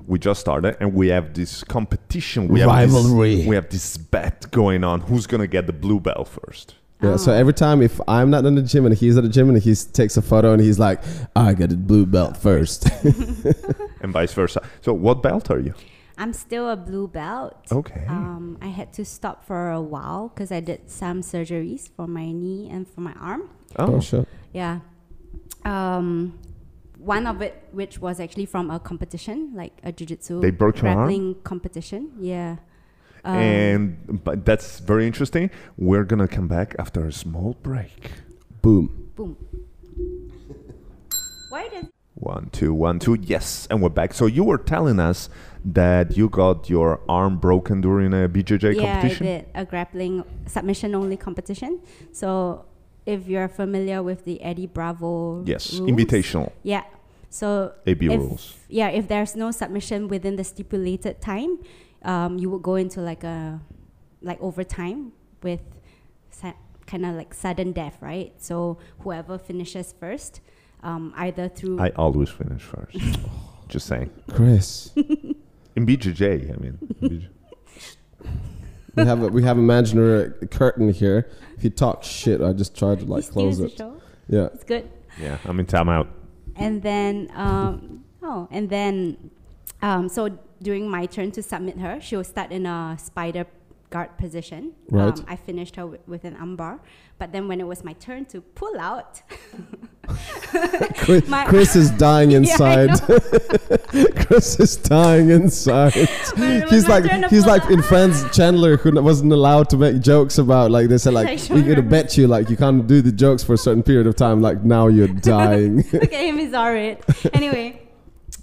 A: We just started, and we have this competition. We Have
C: Rivalry.
A: this, we have this bet going on. Who's gonna get the blue belt first?
C: Yeah, so
B: Oh.
C: every time if I'm not in the gym and he's at the gym and he takes a photo and he's like, I got a blue belt first. <laughs>
A: And vice versa. So, what belt are you?
B: I'm still a blue belt.
A: Okay.
B: Um, I had to stop for a while because I did some surgeries for my knee and for my arm.
C: oh, sure.
B: Yeah. Um, one of it, which was actually from a competition, like a jujitsu
A: They broke your arm?
B: grappling competition. Yeah.
A: and but that's very interesting. We're gonna come back after a small break.
C: Boom.
B: Boom. Why does
A: One, two, one, two. Yes, and we're back. So you were telling us that you got your arm broken during a BJJ
B: yeah,
A: competition.
B: I did a grappling submission only competition. So if you're familiar with the Eddie Bravo
A: Yes,
B: rules,
A: invitational
B: Yeah. So
A: AB
B: if-
A: rules.
B: Yeah, if there's no submission within the stipulated time, um, you would go into like a like overtime with sa- kind of like sudden death, right? So whoever finishes first, um, either through
A: I always finish
B: <laughs>
A: first. Just saying.
C: Chris,
A: In BJJ, I mean. in
B: <laughs>
A: BJJ.
C: we have a, we have imaginary curtain here. If you talk shit, I just try to like
B: He steals
C: close
B: the
C: it.
B: show.
C: Yeah.
B: It's good.
A: Yeah, I'm in timeout.
B: and then um, oh, and then um, so during my turn to submit her, she will start in a spider guard position.
C: Right.
B: Um, I finished her wi- with an armbar, but then when it was my turn to pull
C: <laughs>
B: out, <laughs>
C: Chris,
B: My-
C: Chris is
B: <laughs>
C: dying
B: Yeah, I
C: inside. <laughs> Chris is
B: <laughs>
C: dying inside.
B: When it was
C: he's
B: my
C: like
B: turn to
C: he's
B: pull
C: like <laughs>
B: <laughs>
C: in Friends Chandler who wasn't allowed to make jokes about like they said
B: I
C: like
B: sure
C: we could
B: remember.
C: bet you like you can't do the jokes for a certain period of time like
B: <laughs>
C: now you're dying.
B: look at him, he's alright. Anyway,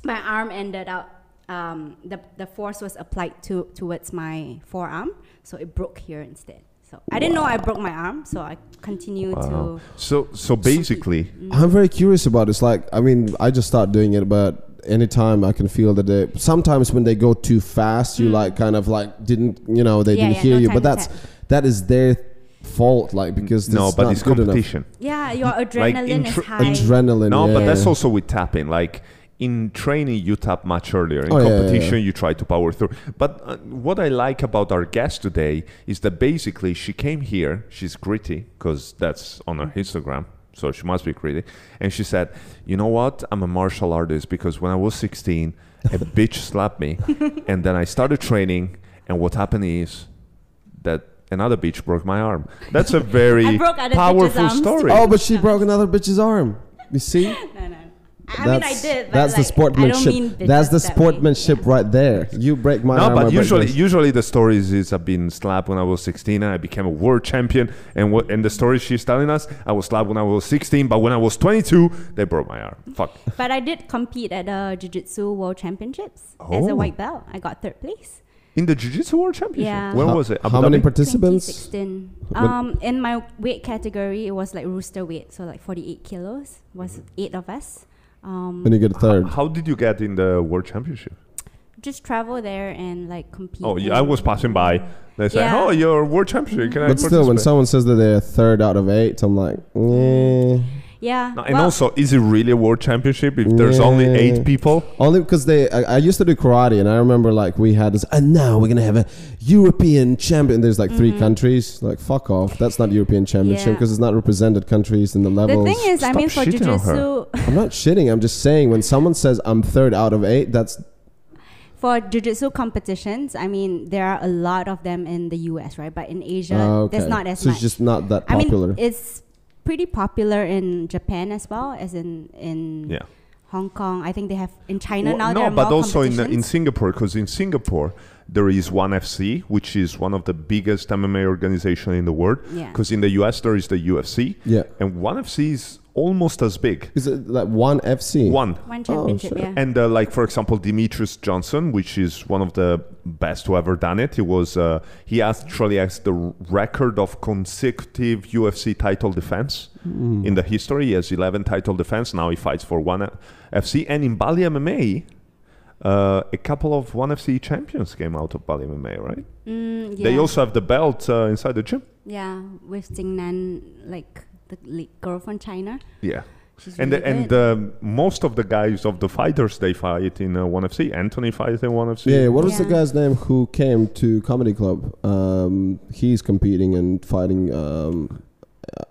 B: my arm ended up. Um, the the force was applied to towards my forearm, so it broke here instead. So I didn't know I broke my arm, so I continue
A: Wow.
B: to.
A: So so basically,
B: Mm.
C: I'm very curious about this. Like, I mean, I just start doing it, but anytime I can feel that they. Sometimes when they go too fast, you like kind of like didn't, you know, they
B: Mm. Yeah,
C: didn't
B: yeah,
C: hear
B: no
C: you.
B: time
C: But
B: to
C: that's
B: tap.
C: that is their fault, like because this
A: no,
C: is
A: but
C: not
A: it's
C: good enough.
A: competition.
B: Yeah, your adrenaline is
A: intro-
B: high.
C: Adrenaline.
A: No, but
C: yeah.
A: that's also with tapping. Like in training, you tap much earlier. In
C: Oh, yeah, yeah,
A: competition, you try to power through. But uh, what I like about our guest today is that basically she came here. She's gritty because that's on her Instagram. So she must be gritty. And she said, You know what? I'm a martial artist because when I was 16, a <laughs> bitch slapped
C: <laughs>
A: me. And then I started training. And what happened is that another bitch broke my arm. That's
C: <laughs>
A: a very
B: broke other bitches'
A: powerful
B: arms
A: story.
C: Oh, but she broke another bitch's arm.
B: <laughs>
C: You see.
B: No, no. I I mean, I did. But
C: that's
B: like,
C: the sportsmanship.
B: I don't mean bitches
C: that's the
B: that way.
C: sportsmanship right there. You break my arm.
A: No,
C: I
A: but
C: break
A: usually,
C: yours.
A: usually the stories is I've been slapped when I was 16 and I became a world champion. And what and the story she's telling us, I was slapped when I was 16, but when I was 22, they broke my arm. Fuck.
B: But I did compete at the Jiu Jitsu World Championships as
A: Oh.
B: a white belt. I got third place.
A: In the Jiu Jitsu World Championship.
B: Yeah.
A: When
C: How-
A: was it? Abu
C: How many
A: Dhabi?
C: participants?
B: 2016.
C: When-
B: Um, in my weight category, it was like rooster weight, so like 48 kilos. Was
C: Mm-hmm.
B: eight of us. Um,
C: And you get a third.
A: How did you get in the World Championship?
B: just travel there and like compete.
A: Oh, yeah, I was passing by. They said,
B: Yeah.
A: "Oh, you're World Champion. Can I?"
C: But still,
A: participate?"
C: when someone says that they're a third out of eight, I'm like, eh.
B: Yeah.
A: No, and
B: well,
A: also, is it really a World Championship if there's only
C: Yeah.
A: eight people?
C: Only because they, I, I used to do karate, and I remember like we had this, and now we're gonna have a European champion. There's like three countries. Like fuck off, that's not European championship
B: Mm-hmm. Yeah.
C: because it's not represented countries in the
B: the
C: levels.
B: thing is, I
A: Stop
B: mean, for Jiu
A: shitting on her.
B: Jitsu,
C: I'm not shitting. I'm just saying when someone says I'm third out of eight, that's
B: for jujitsu competitions, I mean, there are a lot of them in the US, right? But in Asia,
C: Ah, okay.
B: there's not as
C: so
B: much.
C: it's just not that
B: I
C: popular.
B: mean, it's pretty popular in Japan as well as in in
A: Yeah.
B: Hong Kong. I think they have in China
A: Well,
B: now. there
A: no,
B: are
A: but
B: more
A: also in in
B: competitions.
A: Singapore, because in Singapore there is One FC, which is one of the biggest MMA organization in the world.
B: Yeah.
A: Because in the US there is the UFC.
C: Yeah.
A: And One FC is almost as big.
C: is it like one FC?
A: One.
B: one championship.
C: Oh, shit.
B: yeah.
A: And uh, like for example, Demetrius Johnson, which is one of the best who ever done it. He was uh, he actually has the record of consecutive UFC title defense
B: Mm.
A: in the history. He has eleven title defense. Now he fights for one uh, FC. And in Bali MMA, uh, a couple of one FC champions came out of Bali MMA, right?
B: Mm, yeah.
A: They also have the belt uh, inside the gym.
B: yeah, with Jingnan, like the li- girl from China.
A: Yeah.
B: She's
A: And
B: really
A: the, and
B: good.
A: um most of the guys of the fighters they fight in uh, ONE FC. Anthony fights in ONE FC.
C: Yeah, what was the
B: Yeah.
C: guy's name who came to comedy club? Um, he's competing and fighting. Um,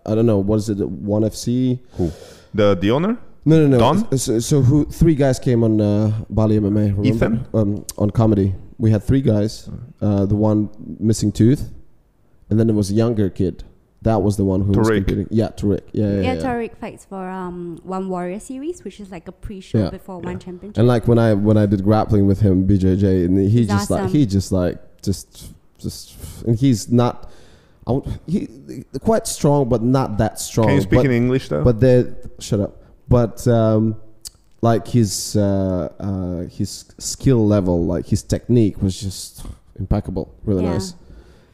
C: I don't know. What is it? One FC?
A: Who? The the owner?
C: No, no, no.
A: Don?
C: So, so who? Three guys came on uh, Bali MMA. Remember?
A: Ethan? Mm.
C: Um, on comedy, we had three guys. Uh, the one missing tooth, and then there was a younger kid. That was the one who was
A: Tariq.
C: competing. Yeah, Tariq. Yeah, yeah,
B: yeah,
C: yeah.
B: Tariq fights for um, One Warrior series, which is like a pre-show
C: Yeah.
B: before
A: Yeah.
B: one championship.
C: And like when I when I did grappling with him, BJJ, and he
B: He's
C: just like
B: awesome.
C: he just like just just and he's not. I won't- he quite strong, but not that strong.
A: Can you speak
C: but,
A: in English
B: Oh.
A: though?
C: But they shut up. But um, like his uh, uh, his skill level, like his technique, was just impeccable. Really
B: Yeah.
C: nice.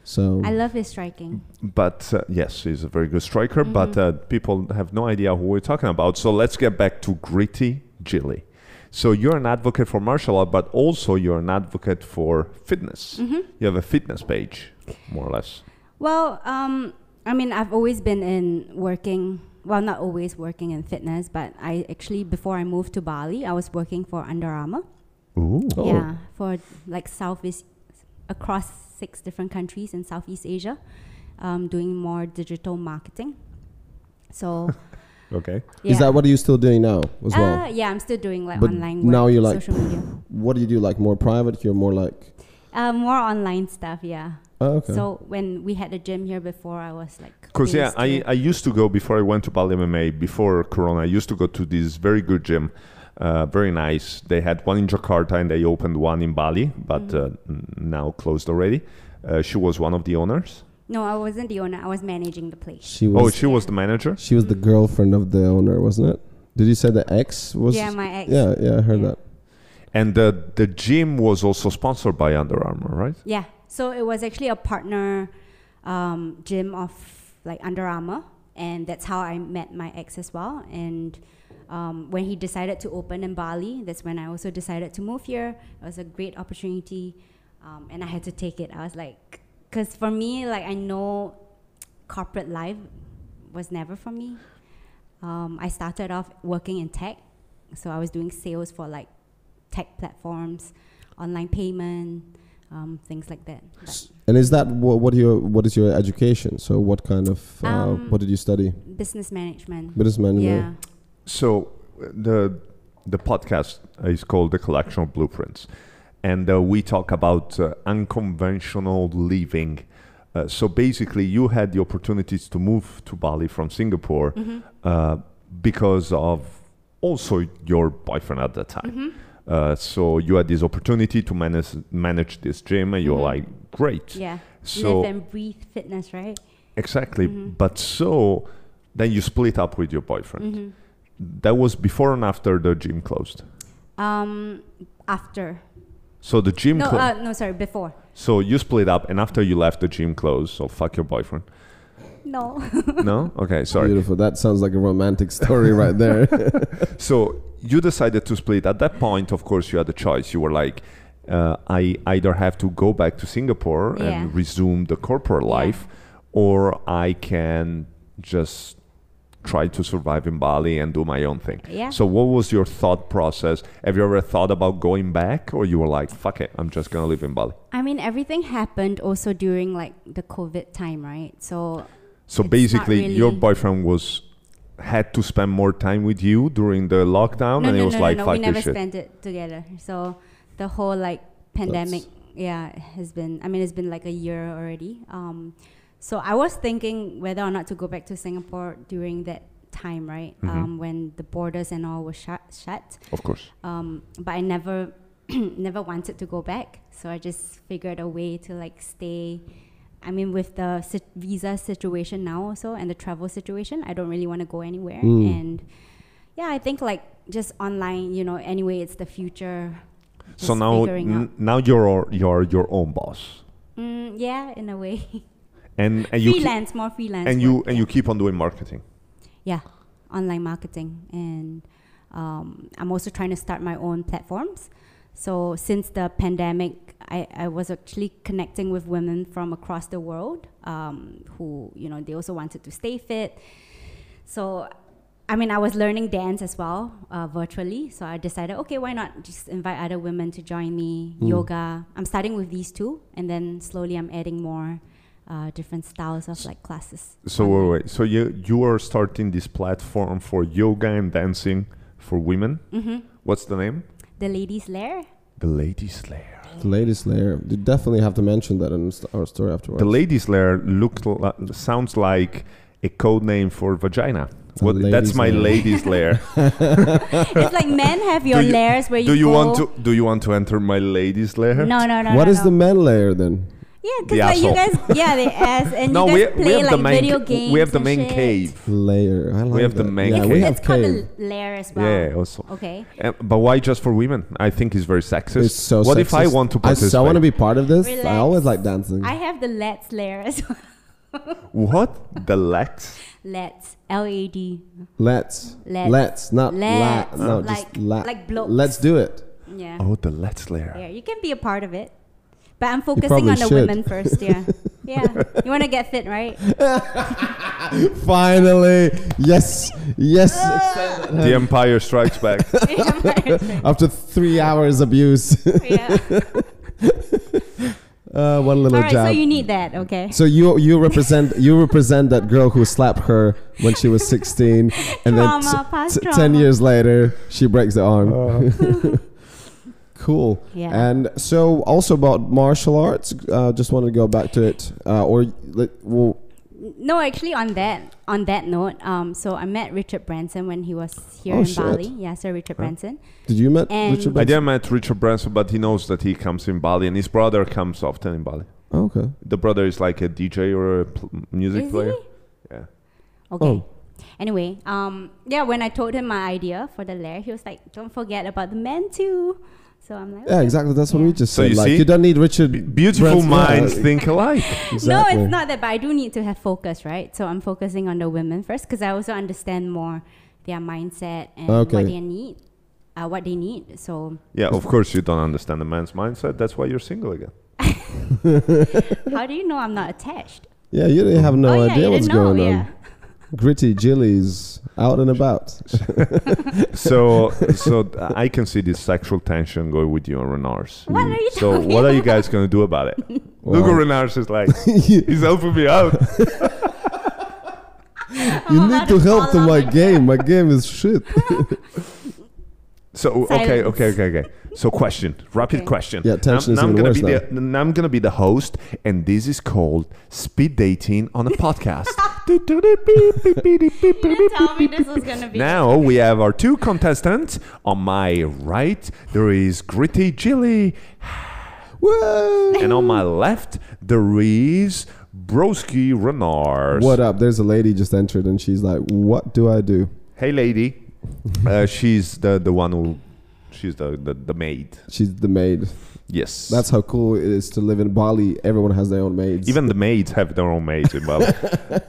C: So
B: I love his striking.
A: But uh, yes, he's a very good striker, but
B: Mhm.
A: uh, people have no idea who we're talking about. So let's get back to Gritty Gilly. So you're an advocate for martial art, but also you're an advocate for fitness. You have a fitness page, more or less.
B: Well, um, I mean, I've always been in working. Well, not always working in fitness, but I actually before I moved to Bali, I was working for Under Armour.
A: Ooh.
C: Oh.
B: Yeah, for like Southeast, across six different countries in Southeast Asia, um, doing more digital marketing. So,
A: Okay.
B: yeah.
C: <laughs> is that what are you still doing now as well?
B: Uh, yeah, I'm still doing like
C: But
B: online work,
C: now you're like-
B: social media,
C: What do you do? Like more private? You're more like
B: uh, more online stuff. Yeah.
C: oh, okay.
B: So when we had a gym here before, I was like.
A: Because yeah,
B: based
A: I,
B: here.
A: I used to go before I went to Bali MMA before Corona. I used to go to this very good gym, uh, very nice. They had one in Jakarta and they opened one in Bali, but uh, n- now closed already. Uh, she was one of the owners.
B: no, I wasn't the owner. I was managing the place.
C: she
A: Oh,
C: was
A: she was the manager.
C: she was the girlfriend of the owner, wasn't it? Did you say the ex was?
B: yeah, my ex.
C: yeah, yeah, I heard
B: Yeah.
C: that.
A: And the the gym was also sponsored by Under Armour, right?
B: Yeah. So it was actually a partner um, gym of like Under Armour, and that's how I met my ex as well. And um, when he decided to open in Bali, that's when I also decided to move here. It was a great opportunity, um, and I had to take it. I was like, because for me, like I know corporate life was never for me. Um, I started off working in tech, so I was doing sales for like tech platforms, online payment, um, things like that. But
C: S- And is that what, what your what is your education? So what kind of uh,
B: Um,
C: what did you study?
B: business management.
C: Business
A: Mm-hmm.
C: management.
B: Yeah.
A: So uh, the the podcast is called the Collection of Blueprints, and uh, we talk about uh, unconventional living. Uh, so basically, you had the opportunities to move to Bali from Singapore
B: Mm-hmm.
A: uh, because of also your boyfriend at that time.
B: Mm-hmm.
A: Uh, so you had this opportunity to manage manage this gym, and you're
B: Mhm.
A: like, great.
B: Yeah.
A: So
B: Live and breathe fitness, right?
A: Exactly.
B: Mhm.
A: But so then you split up with your boyfriend.
B: hmm
A: That was before and after the gym closed.
B: Um, after.
A: So the gym
B: No,
A: closed.
B: uh, no, sorry, before.
A: so you split up and after you left the gym closed. So fuck your
B: <laughs>
A: boyfriend.
B: No.
A: no? Okay, sorry.
C: Beautiful. That sounds like a romantic story right
A: <laughs>
C: there.
A: So you decided to split. At that point, of course, you had a choice. You were like, uh, I either have to go back to Singapore
B: Yeah.
A: and resume the corporate
B: Yeah.
A: life, or I can just try to survive in Bali and do my own thing.
B: <laughs> yeah.
A: So what was your thought process? Have you ever thought about going back or you were like, fuck it, I'm just gonna live in Bali?
B: I mean, everything happened also during like the COVID time, right? So
A: So
B: It's not
A: basically
B: really-
A: your boyfriend was had to spend more time with you during the lockdown
B: no,
A: and
B: no,
A: it was
B: no,
A: like
B: no, no.
A: fuck
B: We never
A: this shit.
B: spent it together. So the whole like pandemic, yeah, has been. I mean, it's been like a year already. Um, so I was thinking whether or not to go back to Singapore during that time, right?
A: Mhm.
B: Um, when the borders and all were shut, shut.
A: Of course.
B: Um, but I never, <clears throat> never wanted to go back. So I just figured a way to like stay. I mean, with the sit- visa situation now also and the travel situation, I don't really want to go anywhere.
C: Mm.
B: And yeah, I think like just online, you know. Anyway, it's the future.
A: So
B: just
A: now
B: figuring
A: n-
B: out.
A: now you're you're your own boss.
B: Mm, yeah, in a way,
A: And and you
B: <laughs>
A: keep-
B: freelance, more freelance.
A: and you
B: work,
A: and
B: yeah.
A: you keep on doing marketing.
B: yeah, online marketing, and um, I'm also trying to start my own platforms. So since the pandemic, I, I was actually connecting with women from across the world um, who you know they also wanted to stay fit. So. I mean, I was learning dance as well uh, virtually, so I decided, okay, why not just invite other women to join me?
C: Mm.
B: Yoga. I'm starting with these two, and then slowly I'm adding more uh, different styles of like classes.
A: So
B: online.
A: wait, wait. So you you are starting this platform for yoga and dancing for women.
B: Mhm.
A: What's the name?
B: The Ladies' Lair.
A: The Ladies Lair.
C: the ladies' layer. You definitely have to mention that in st- our story afterwards.
A: The ladies' lair looked li- sounds like a code name for vagina.
C: The
A: What, that's
C: ladies'
A: my
C: lair.
A: ladies'
C: <laughs>
A: lair.
B: it's like men have your
A: you-
B: lairs where you
A: do you
B: go.
A: want to? Do you want to enter my ladies' lair?
B: No, no, no.
C: What
B: no,
C: is
B: no.
C: the men layer then?
B: Yeah,
A: The
B: because like you guys,
A: asshole.
B: yeah,
A: <laughs>
B: the ass and
A: no,
B: you
A: we,
B: guys
A: we
B: play
A: have
B: like
A: the main
B: video
A: ca-
B: games.
A: we have the
B: and
A: main
B: shit.
A: cave
C: Layer. I like
A: have the
C: that.
A: main
C: Yeah,
A: cave.
C: we
B: It's,
C: have
B: it's called
C: cave. oh.
B: the lair as well.
A: yeah also
B: Okay.
A: Uh, but why just for women i think it's very sexist
C: It's so
A: what if i
C: sexist.
A: want to
C: I
A: participate
C: so want to be part of this. I
B: Relax.
C: always like dancing.
B: I have the let's lair as well. <laughs>
A: what the let
B: Let's L A D.
C: let's,
B: Let's.
C: let's. Not
B: Let's.
C: la- No,
B: Like-
C: just la-
B: like blokes.
C: Let's do it.
B: Yeah.
A: oh the let's layer
B: Yeah, you can be a part of it. But I'm focusing
C: probably
B: on the
C: should.
B: women first, yeah.
C: <laughs>
B: yeah. You want to get fit, right? <laughs>
C: Finally. Yes.
B: <laughs>
C: Yes.
A: the empire strikes
C: <laughs>
A: back
B: yeah.
C: After three hours abuse. <laughs> uh, one little
B: All right,
C: jab.
B: so you need that, okay?
C: So you you represent you represent that girl who slapped her when she
B: <laughs>
C: was 16, and
B: Trauma,
C: then
B: past
C: ten
B: trauma.
C: years later she breaks the arm.
A: Uh.
C: <laughs> cool.
B: Yeah.
C: And so also about martial arts, uh, just wanted to go back to it, uh, or let- well,
B: No, actually, on that on that note, um, so I met Richard Branson when he was here
C: Oh,
B: in
C: shit.
B: Bali. Yeah, Sir Richard Branson.
C: did you met
B: And-
C: Richard?
A: i
C: Branson?
A: didn't met richard branson but he knows that he comes in bali and his brother comes often in bali
C: Oh, okay.
A: the brother is like a dj or a pl- music
B: Is
A: player
B: he?
A: yeah
B: Okay.
C: Oh.
B: Anyway, um, yeah, when I told him my idea for the lair, he was like, "Don't forget about the men too." So I'm like,
C: Yeah, exactly. That's what
B: Yeah.
C: we just
A: So
C: said.
A: you
C: like
A: see?
C: you don't need Richard.
A: beautiful
C: Branson.
A: minds
C: Yeah,
A: think alike
B: <laughs>
C: exactly.
B: No, it's not that, but I do need to have focus, right? So I'm focusing on the women first because I also understand more their mindset and
C: Okay.
B: what they need, uh, what they need. So
A: yeah of course you don't understand a man's mindset that's why you're single again
B: how do you know I'm not attached?
C: Yeah, you didn't have no
B: oh yeah,
C: idea
B: you
C: what's
B: didn't know.
C: going
B: yeah.
C: on. Gritty Jillies out and
A: <laughs>
C: about. <laughs>
A: so so i can see this sexual tension going with you and renars
B: What are you
A: so
B: talking
A: what are you guys going to do about
C: <laughs>
A: it Look
C: Wow.
A: at Renars is like, he's helping me out.
C: You
A: Oh,
B: I'm
C: need
B: about
C: to help
B: fall
C: to
B: off
C: my
B: it.
C: game. My game is
A: <laughs>
C: shit.
A: So okay,
B: <laughs> Silence.
A: okay, okay, okay. So question, rapid
B: Okay.
A: question.
C: Yeah, tension is
A: I'm, I'm
C: even
A: gonna be
C: worse
A: the now I'm gonna be the host, and this is called speed dating
B: <laughs>
A: on a podcast.
B: You didn't tell me this was gonna be.
A: now we have our two contestants. On my right, there is Gritty Chili, <sighs>
C: Whoa.
A: and on my left, there is Broski Renars.
C: What up? There's a lady just entered and she's like, "What do I do?"
A: Hey, lady. Uh, she's the the one who, she's the the, the maid.
C: She's the maid.
A: Yes,
C: That's how cool it is to live in Bali. Everyone has their own maids.
A: Even the maids have their own maids in
C: <laughs>
A: Bali.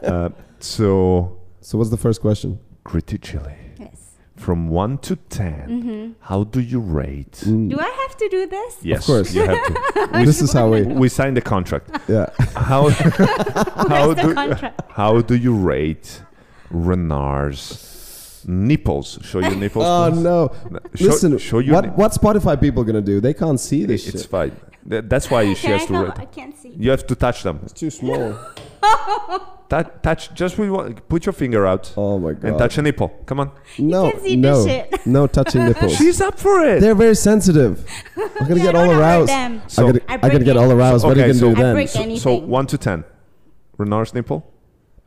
A: uh, so,
C: so, what's the first question?
A: gritty chili.
B: Yes.
A: From 1 to 10, how do you rate?
B: Do I have to do this?
A: Yes,
C: Mm, course.
A: you have to. We,
C: this is how
A: <laughs>
C: we.
A: we signed the contract.
C: Yeah.
B: <laughs>
A: How, <laughs> how,
B: Where's the
A: Oh, do,
B: contract?
A: how do you rate Renard's nipples? Show your nipples.
C: Oh
A: please.
C: no!
A: show-
C: Listen,
A: show your
C: what
A: name.
C: what Spotify people gonna do? They can't see
A: I-
C: this
A: It's
C: shit.
A: fine. Th- that's why <laughs> she
B: Can I
A: has to
B: come?
A: rate.
B: I can't see.
A: You have to touch them.
C: It's
A: <laughs>
C: too small.
A: Touch, touch just with one, put your finger out
C: Oh my god!
A: and touch a nipple. Come on.
C: no,
B: can see this
C: no,
B: shit.
A: <laughs>
C: no touching nipples.
A: She's up for it.
C: They're very
A: <laughs>
C: sensitive. I'm gonna
B: Yeah,
C: get
B: I
C: all
B: don't hurt
C: aroused.
B: them.
C: I'm
A: So-
C: gonna,
B: I
C: I'm gonna
B: break it.
C: get all aroused. what are you
A: Okay,
C: gonna
A: so-
C: do
A: I
C: then?
B: break
A: So-
B: anything.
A: So one to ten. Renard's nipple.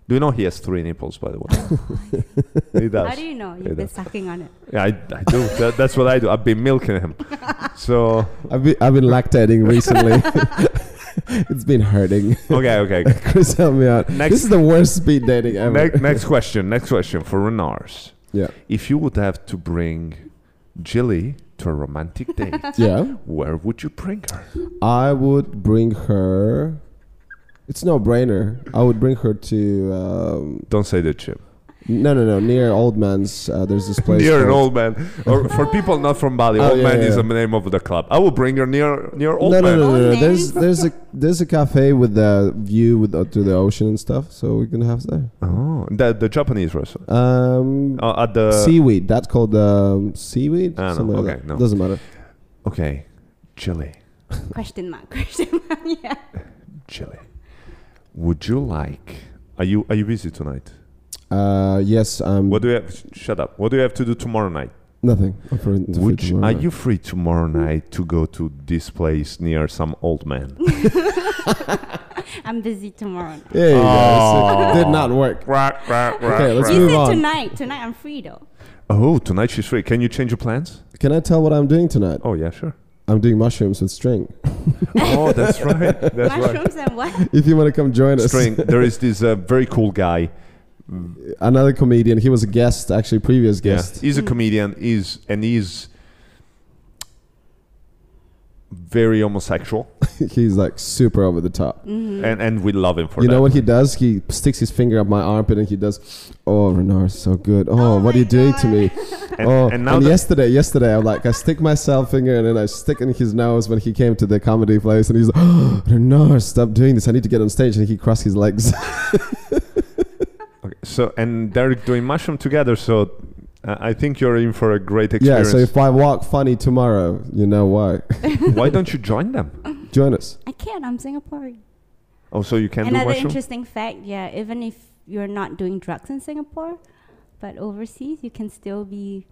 A: Do you know he has three nipples, by the way?
C: <laughs>
A: he does.
B: How do you know? You've been sucking on it.
A: Yeah, I, I do. That, that's what I do. I've been milking
B: <laughs>
A: him. So
C: I've been, I've been lactating
A: <laughs>
C: recently. <laughs> it's been hurting. <laughs>
A: okay, okay. okay.
C: Chris, help me out.
A: Next-
C: This is the worst speed dating ever.
A: Ne- next question. Next question for Renard's.
C: <laughs> Yeah.
A: If you would have to bring Jilly to a romantic date,
C: Yeah.
A: where would you bring her?
C: I would bring her. It's no brainer. I would bring her to. Um,
A: Don't say the chip.
C: no, no, no. Near Old Man's. Uh,
A: <laughs>
C: there's this place.
A: Near an old
C: called-
A: man, or for people not from Bali,
C: <laughs> Oh,
A: old
C: yeah,
A: man
C: yeah,
A: is the
C: yeah.
A: name of the club. I will bring her near near old
C: No, no,
A: man.
C: no, no, no.
B: Old
C: There's
B: Man.
C: there's a there's a cafe with a view with uh, to the ocean and stuff. So we can have that.
A: Oh, the the Japanese restaurant
C: Um,
A: uh, at the
C: seaweed. That's called um, seaweed.
A: I don't know.
C: Something like
A: Okay,
C: that.
A: no.
C: Doesn't matter.
A: Okay, Chile,
B: Question mark. <laughs> Question mark. Yeah.
A: Chile. Would you like? Are you are you busy tonight?
C: Uh, yes. Um,
A: What do you have? sh- Shut up. What do you have to do tomorrow night?
C: Nothing. I'm free to
A: Would
C: feed
A: you-
C: tomorrow
A: are
C: night.
A: you free tomorrow night to go to this place near some old <laughs> man?
B: I'm busy tomorrow. Night.
C: There you go.
A: Oh.
C: It did not work.
A: okay,
C: let's
B: You
C: Move
B: said
C: on.
B: tonight. Tonight I'm free though.
A: Oh, tonight she's free. Can you change your plans?
C: Can I tell what I'm doing tonight?
A: Oh yeah, sure.
C: I'm doing mushrooms with string.
A: <laughs>
C: <laughs>
A: oh, <laughs> that's right. That's right.
B: Mushrooms and what?
C: If you want to come join us, <laughs>
A: String. There is this uh, very cool guy.
C: another comedian. He was a guest, actually, previous
A: Yeah.
C: guest. <laughs>
A: He's a comedian. Is and he's very homosexual,
C: He's like super over the top.
A: and and we love him for
C: you
A: that.
C: know what he does? He sticks his finger up my armpit and he does, "Oh, Renard's so good. Oh,
B: Oh
C: what are
B: my
C: you doing to
B: God."
C: me?
A: And,
C: oh,
A: and now that-
C: yesterday, yesterday, I'm like, I stick my cell finger and then I stick in his nose when he came to the comedy place, and he's <gasps> like, oh, Renard, stop doing this. I need to get on stage, and he crossed his legs.
A: Okay, so and they're doing mushroom together. So uh, I think you're in for a great
C: yeah.
A: experience.
C: So if I walk funny tomorrow, you know why? <laughs>
A: Why don't you join them?
C: Join us.
B: I can't. I'm Singaporean.
A: Oh, so you can do
B: Another
A: mushroom.
B: interesting fact, yeah, even if you're not doing drugs in Singapore, but overseas you can still be,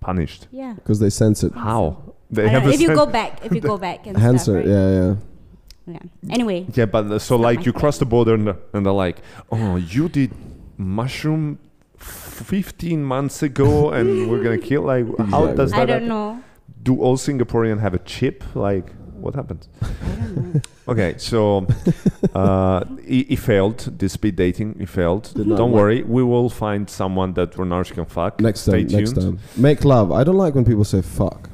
A: Punished.
B: yeah.
C: Because they sense it.
A: How? They
B: I don't know,
A: a
B: if you
A: sen-
B: go back, if you go back and
C: Hanser,
B: stuff, right?
C: yeah, yeah.
B: yeah. Anyway,
A: Yeah, but uh, so
B: not
A: like
B: my
A: you
B: thing.
A: cross the border and, and they're like, oh, you did mushroom. 15 months ago and we're gonna kill
C: <laughs>
A: like how
C: Exactly.
A: does that
B: I don't
A: happen?
B: know.
A: do all singaporean have a chip like what happens
B: I don't know.
A: okay
C: <laughs>
A: so uh he, he failed the speed dating he failed
C: Did not
A: don't
C: work.
A: worry we will find someone that renarsh can fuck
C: Next
A: stay
C: time, next
A: tuned
C: time. Make love. I don't like when people say fuck.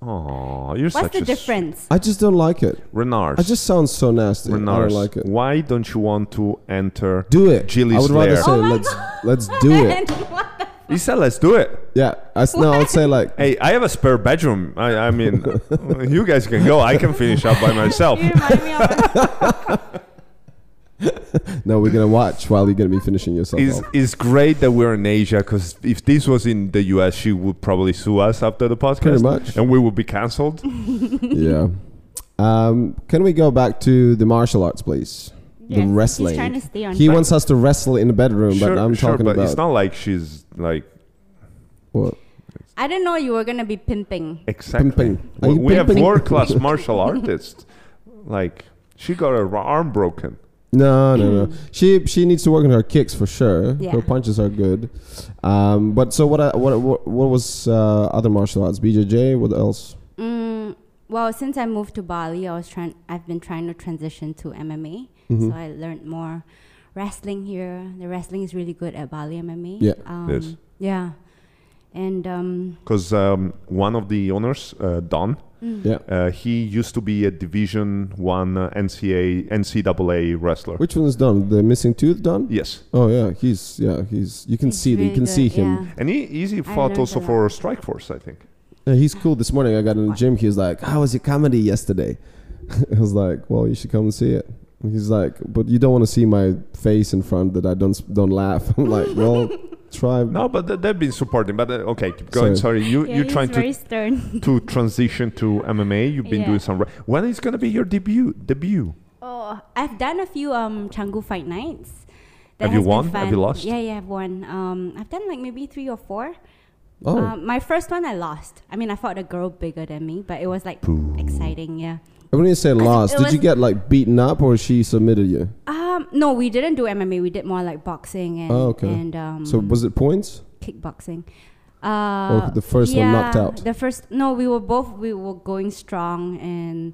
A: oh you're
B: What's
A: such
B: the
A: a
B: difference?
C: I just don't like it.
A: renarsh
C: I just sound so nasty. I don't
A: Renars,
C: like it.
A: why don't you want to enter?
C: Do it.
A: Gilly's
C: I would rather
A: lair.
C: say
B: Oh my
C: let's
B: <laughs>
C: let's do it.
A: <laughs> He said, "Let's do it."
C: Yeah. I s- no, I would say like
A: <laughs> Hey, I have a spare bedroom. I, I
C: <laughs>
A: mean, you guys can go. I can finish up by myself.
B: You remind me
C: <laughs>
B: of
C: no, we're gonna watch while you're gonna be finishing yourself
A: It's,
C: off.
A: it's great that we're in Asia because if this was in the US, she would probably sue us after the podcast.
C: Pretty much.
A: And we would be cancelled.
C: yeah. Um, can we go back to the martial arts, please?
B: Yes,
C: the
B: he's
C: wrestling.
B: trying to stay on
C: he
B: track.
C: wants us to wrestle in the bedroom,
A: sure,
C: but I'm
A: sure,
C: talking
A: but
C: about
A: it's not like she's like
C: what?
B: I didn't know you were gonna be pimping.
A: exactly.
C: Pimping. Are
A: We,
C: you
A: we have
C: pimping?
A: world class martial artists. Like, she got her arm broken.
C: No, no, no. She she needs to work on her kicks for sure.
B: Mm. Yeah.
C: Her punches are good. Um, but so what? I, what? What? What was uh, other martial arts? BJJ. What else?
B: Mm, well, since I moved to Bali, I was trying. I've been trying to transition to MMA,
C: Mm-hmm.
B: so I learned more wrestling here. The wrestling is really good at Bali MMA.
C: Yeah.
B: Um,
A: Yes.
B: Yeah. And um,
A: Because um, one of the owners, uh, Don,
C: Yeah.
A: Uh, he used to be a Division One uh, NCAA NCAA wrestler.
C: Which one is done? The missing tooth done?
A: yes,
C: Oh yeah, he's yeah he's you can
B: He's
C: see that you
B: really
C: can see
B: good,
C: him.
A: and he, he fought
B: learned
A: also
B: a lot.
A: for Strikeforce, I think.
C: Yeah, he's cool. This morning I got in the gym. He was like, "How was your comedy yesterday?" <laughs> I was like, "Well, you should come and see it." And he's like, "But you don't want to see my face in front that I don't s- don't laugh." <laughs> I'm like,
B: <laughs>
C: "Well, try."
A: No, but th- they've been supporting. But uh, okay, keep going. Sorry, you
B: yeah,
A: you're
B: he's
A: trying
B: very
A: to,
B: stern.
A: to transition to MMA. You've been
B: Yeah.
A: doing some. Re- when is going to be your debut? Debut?
B: Oh, I've done a few um Canggu fight nights.
A: Have you
B: has been
A: won? Have
B: fun.
A: you lost?
B: Yeah, yeah, I've won. Um, I've done like maybe three or four.
C: Oh,
B: Um, my first one I lost. I mean, I fought a girl bigger than me, but it was like exciting. Yeah.
C: when you say lost,
B: it
C: did you
B: was-
C: get like beaten up or she submitted you?
B: Um, no, we didn't do MMA. We did more like boxing and
C: Oh, okay.
B: and um,
C: So was it points?
B: kickboxing. Uh,
C: the first one knocked
B: yeah,
C: out?
B: The first no, we were both we were going strong and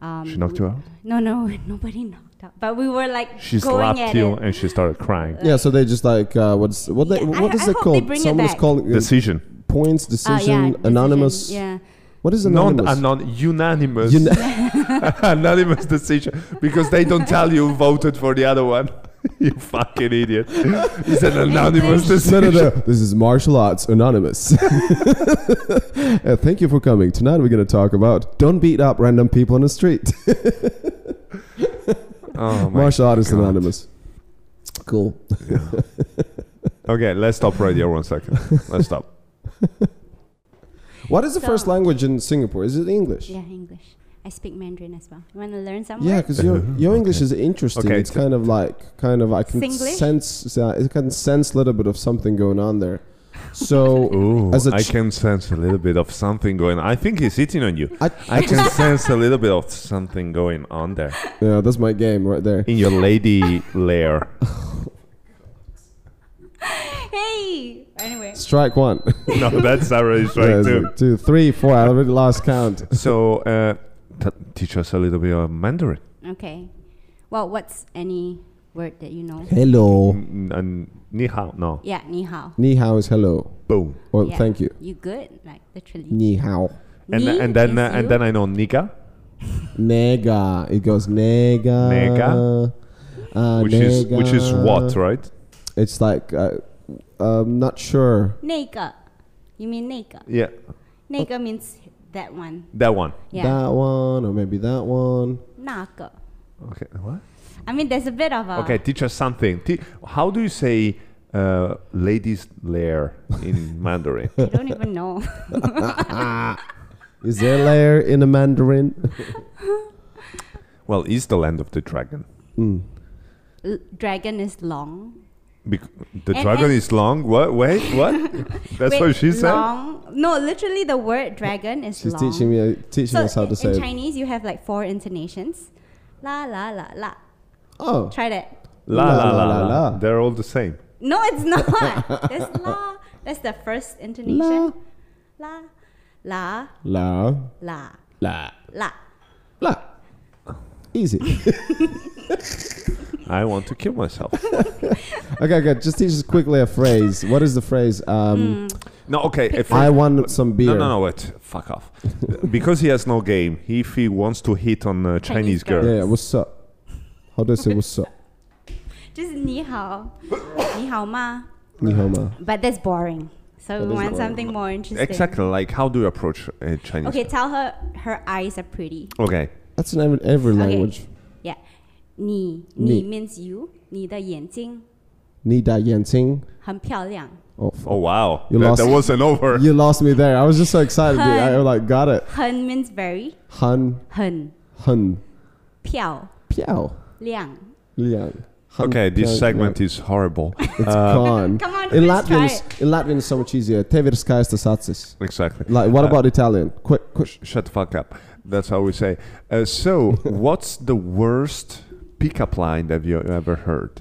B: um,
A: She knocked you out.
B: No, no, <laughs> nobody knocked out. But we were like
A: She
B: going
A: slapped
B: at
A: you,
B: it.
A: and she started crying.
C: Yeah, so they just like uh, what's what they,
B: Yeah, I-
C: what is
B: I hope
C: it
B: they
C: called?
B: bring it
C: Someone's
B: back.
C: calling it
A: Decision.
C: points
B: Oh, yeah,
C: decision
B: decision,
C: anonymous.
B: Yeah.
C: What is
A: Not
C: anonymous?
A: anon- unanimous.
C: You know-
A: <laughs> anonymous decision because they don't tell you who voted for the other one. <laughs> you fucking idiot! It's an anonymous
C: <laughs> No,
A: decision.
C: no, no. This is Martial Arts Anonymous. <laughs> Uh, thank you for coming. Tonight we're going to talk about don't beat up random people on the street.
A: Oh my
C: Martial Arts
A: God.
C: Anonymous. Cool.
A: Okay, let's stop right here one second. Let's stop.
C: What is the first
B: So-
C: language in Singapore? Is it English?
B: Yeah, English. I speak Mandarin as well. You want to learn some
C: Yeah,
B: words?
A: <laughs>
C: because your your English is interesting.
A: Okay,
C: it's
A: so-
C: kind of like kind of I can
B: Singlish?
C: sense uh, I can sense a little bit of something going on there. So
A: <laughs> <laughs> Ooh,
C: As a
A: I
C: ch-
A: can sense a little bit of something going. I think he's hitting on you.
C: I,
A: I <laughs> can sense a little bit of something going on there
C: yeah, that's my
A: E
C: game right there.
A: in your lady lair.
B: Hey. Anyway.
C: Strike one.
A: <laughs> no, that's not really <laughs>
C: Yeah,
A: strike
C: it's
A: two.
C: like two, three, four. I already lost count.
A: So uh, t- teach us a little bit of Mandarin.
B: Okay. Well, what's any word that you know?
C: Hello.
A: N- And ni hao, no.
B: Yeah, ni hao.
C: Ni hao is hello.
A: Boom.
C: Or
B: Yeah.
C: Oh, thank you.
B: You good? Like literally.
C: Ni hao.
A: And,
B: Ni
A: and then
B: is
A: uh, and
B: you.
A: then I know nigga,
C: Nega. It goes nega.
A: Nega.
C: Uh,
A: which is which is what,
C: nega.
A: right?
C: It's like uh, I'm not sure.
B: Nega. You mean nega?
C: Oh.
A: Yeah,
B: Nega means that one.
A: that one.
B: Yeah.
C: That one or maybe that one.
B: Naga.
A: Okay, what?
B: I mean, there's a bit of a.
A: Okay, teach us something. Te- how do you say uh, ladies' lair in Mandarin?
B: I don't even know. <laughs>
C: <laughs> Is there a layer in
B: <laughs>
C: a Mandarin?
A: well, it's the land of the dragon.
B: L- Dragon is long.
A: Bec- the
B: And-
A: dragon
B: and-
A: is long. What? Wait, what?
B: <laughs>
A: That's
B: Wait,
A: what she said.
B: Long. No, literally the word dragon is
C: She's
B: long.
C: teaching me teaching
B: so
C: us how
B: in,
C: to say.
B: in
C: it.
B: Chinese, you have like four intonations. La la la la.
C: Oh,
B: Try that.
A: La la la la.
C: la, la.
A: They're all the same.
B: No, it's
C: <laughs>
B: not. There's la. That's the first
C: la
B: intonation. La la
C: la
B: la
C: la
B: la.
C: la. Easy. <laughs>
A: I want to kill myself.
C: okay, okay. Just teach us quickly a phrase. What is the phrase? Um,
A: no, okay.
B: Hmm.
A: if-
C: I want some beer.
A: No, no, no, wait. Fuck off. because he has no game, if he wants to hit on a Chinese,
B: Chinese
A: girl,
B: girl.
C: Yeah, yeah, what's up? How do I say
B: <laughs>
C: what's up?
B: Just ni
C: <coughs>
B: hao, ni hao ma.
C: Ni hao ma.
B: But that's boring. So
C: That
B: we
C: is
B: want
C: boring.
B: something more interesting.
A: exactly, like how do you approach a Chinese?
B: Okay, tell her her eyes are pretty.
A: Okay.
C: That's in every, every language.
B: Yeah. Ni ni,
C: Ni.
B: means you. 你的眼睛很漂亮.
C: Ni da yanting. Oh, f-
A: Oh wow,
C: You
A: that,
C: lost.
A: that wasn't over.
C: you lost me there. I was just so excited. dude. I like got it.
B: 很 means very.
C: Han
B: 很漂亮.
C: hun piao liang. Han,
A: <laughs> okay,
C: piao,
A: this segment
C: liang.
A: is horrible. <laughs>
C: It's gone.
B: Come on,
C: in
B: please
C: Latvian,
B: try
C: it's- in Latvian, it's so much easier. Tevis kaista satsis.
A: exactly.
C: Like, what
A: Uh,
C: about Italian? Quick, quick.
A: Shut the fuck up. That's how we say. Uh,
C: <laughs>
A: so, what's the worst pickup line that you ever heard?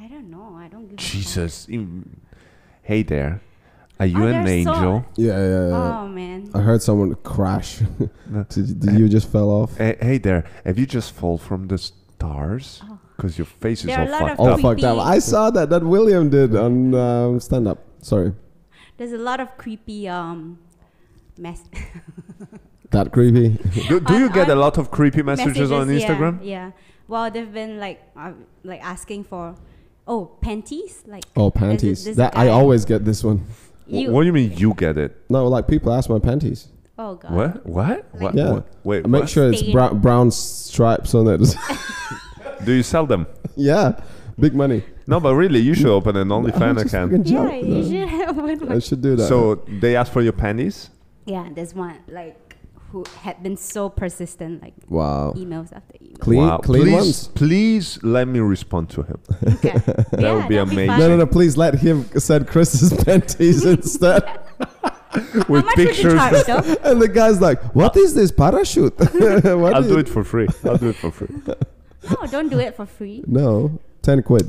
B: I don't know. I don't give a
A: Jesus. in- Hey there. Are you
B: Oh,
A: an
B: they're so- <laughs>
A: angel?
C: Yeah, yeah,
B: fuck.
C: yeah. yeah.
B: Oh man.
A: uh,
C: I heard someone crash. <laughs> did, did you just fell off?
A: Hey, hey there. Have you just fall from the stars? Because your face is
B: Oh. There
A: all
B: are a lot of
A: fucked
C: Oh
A: up.
C: fuck that! I saw that that William did on um, stand up. Sorry,
B: There's a lot of creepy um <laughs> mess
C: that creepy. <laughs>
A: Do, do you
B: On-
A: get a
B: on
A: lot of creepy messages, on
B: yeah,
A: Instagram?
B: Yeah. Well, they've been like uh, like asking for oh panties like
C: Oh
B: there's this-
C: panties!
B: this
C: that I
B: guy-
C: always get this one.
A: Wh-
B: you
A: What do you mean you get it?
C: No, like people ask my panties.
B: oh god
A: What? What? What?
C: Yeah.
A: what? Wait.
C: I make
A: what?
C: sure it's
B: Stain.
C: brown, brown stripes on it. <laughs>
A: Do you sell them?
C: yeah, big money.
A: No, but really, you should open
C: <laughs>
A: an OnlyFans
C: Just
A: account.
C: fucking
B: yeah
C: joke.
B: you should have one
A: <laughs>
C: I
B: like-
C: should do that.
A: So they ask for your panties.
B: yeah there's one like who had been so persistent like
A: Oh.
C: wow,
B: emails after emails
C: clean,
A: Wow.
C: clean
A: please,
C: ones.
A: please let me respond to him.
B: okay.
A: <laughs>
B: that yeah,
A: would be
B: that'd
A: amazing.
B: fun.
C: No, no, no! Please let him send Chris's <laughs> panties instead.
B: how
A: With
B: much would you
A: pictures.
B: charge though
A: <laughs>
C: and the guy's like, "What is this parachute?" <laughs> What
A: I'll
C: is-
A: do it for free. I'll do it for free. <laughs>
B: no don't do it for free
C: No, ten quid,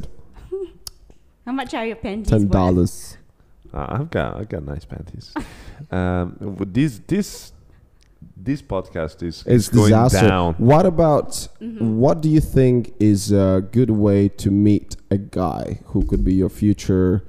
B: how much are your panties
C: ten
B: worth?
C: dollars.
A: Uh, I've got I've got nice panties. um, w- this this this podcast is is
C: It's
A: going
C: disaster.
A: down.
C: What about
B: Mm-hmm.
C: what do you think is a good way to meet a guy who could be your future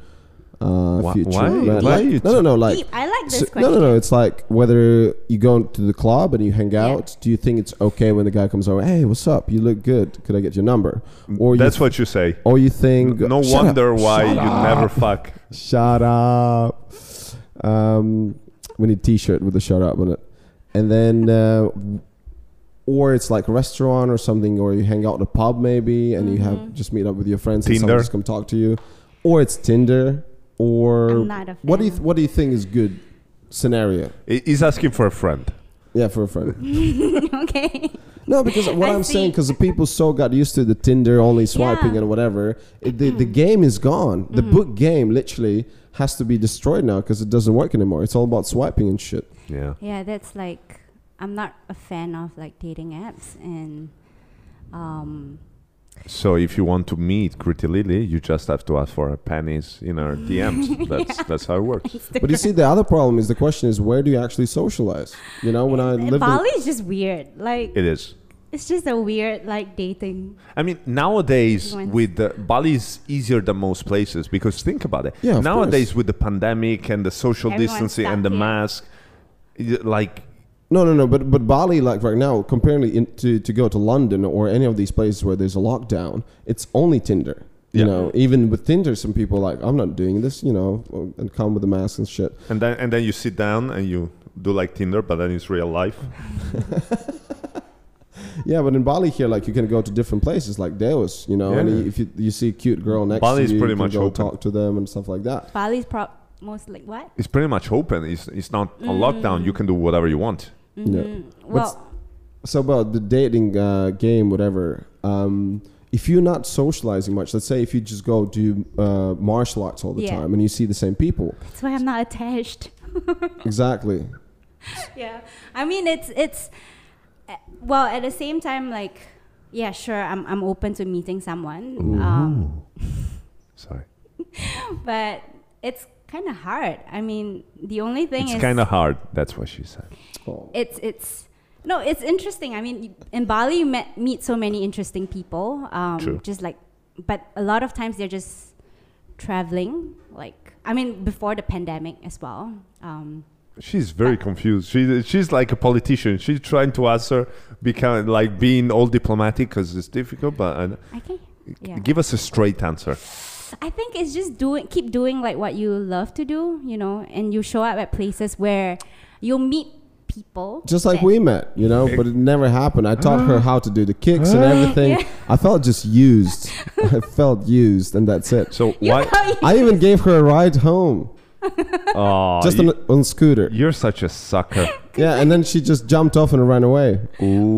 C: uh,
A: Why-
C: future?
A: why-
C: man?
A: why
C: Like-
A: you
C: no, no, no. Like
B: Deep. I like this
C: so- no,
B: question
C: no, no. It's like whether you go to the club and you hang
B: Yeah.
C: out. Do you think it's okay when the guy comes over? Hey, what's up? You look good. Could I get your number? Or you,
A: Mm, That's what you say.
C: or you think
A: No
C: Shut up,
A: wonder why
C: shut
A: you
C: up,
A: never fuck.
C: Shut up. Um, we need T-shirt with the shut up on it, and then. Uh, or it's like a restaurant or something, or you hang out in a pub maybe, and you
B: Mm-hmm.
C: have just meet up with your friends and someone
A: Tinder.
C: just come talk to you, or it's Tinder, or
B: I'm not a
C: what do you
B: fan.
C: what do you think is good scenario?
A: I- He's asking for a friend.
C: Yeah, for a friend.
B: <laughs> okay
C: No, because what
B: I
C: I'm saying,
B: see.
C: because the people so got used to the Tinder only swiping
B: Yeah. Mm-hmm.
C: and whatever, it, the the game is gone. The book game literally has to be destroyed now because it doesn't work anymore. It's all about swiping and shit.
A: Yeah.
B: Yeah, that's like I'm not a fan of like dating apps and um
A: So if you want to meet Gritty Lily, you just have to ask for her panties in
B: <laughs>
A: her DMs. That's that's how it works.
C: But you see, the other problem is the question is where do you actually socialize? You know, when I lived in
B: Eh, Bali is just weird. Like
A: It is.
B: it's just a weird like dating.
A: I mean, nowadays
B: Influence.
A: with the, Bali is easier than most places because think about it.
C: Yeah, of
A: nowadays with the pandemic and the social
B: Everyone's
A: distancing and the
B: stuck here.
A: mask, y- like
C: No, no, no. But but Bali, like right now, comparing it in, to to go to London or any of these places where there's a lockdown, it's only Tinder. You
A: Yeah.
C: know, even with Tinder, some people are like I'm not doing this. You know, and come with a mask and shit.
A: and then and then you sit down and you do like Tinder, but then it's real life.
C: Yeah, but in Bali here, like you can go to different places, like Deos. You know, and
A: Yeah.
C: you- if you you see a cute girl next
A: Bali is
C: to you,
A: pretty
C: you can
A: much
C: go
A: open.
C: talk to them and stuff like that.
B: Bali's prop most like what?
A: It's pretty much open. It's it's not
B: Mm.
A: a lockdown. You can do whatever you want.
C: Yeah.
B: Mhm. Well,
C: So about the dating uh, game, whatever. Um, if you're not socializing much, let's say if you just go do uh, martial arts all the
B: Yeah.
C: time and you see the same people,
B: that's why I'm not attached. <laughs>
C: exactly.
B: yeah i mean it's it's uh, well at the same time like yeah sure i'm, I'm open to meeting someone um,
A: Sorry,
B: but it's kind of hard i mean the only thing
A: it's
B: is
A: kind of hard. That's what she said.
C: Oh.
B: it's it's no it's interesting i mean in bali you met, meet so many interesting people um
A: True.
B: just like but a lot of times they're just traveling like i mean before the pandemic as well um
A: She's very confused. She, she's like a politician. She's trying to answer, become like being all diplomatic because it's difficult. But uh,
B: okay yeah
A: give us a straight answer.
B: I think it's just doing, keep doing like what you love to do, you know, and you show up at places where you'll meet people. <laughs>
C: Just like
B: that-
C: we met, you know, but it never happened. I taught her how to do the kicks and everything.
B: <laughs> Yeah.
C: I felt just used. <laughs> I felt used, and that's it.
B: <laughs>
A: So
B: You
A: why?
B: know,
C: I even gave her a ride home,
A: Aw,
C: just
A: you,
C: on, on scooter.
A: you're such a sucker.
C: Yeah, and then she just jumped off and ran away.
B: <laughs>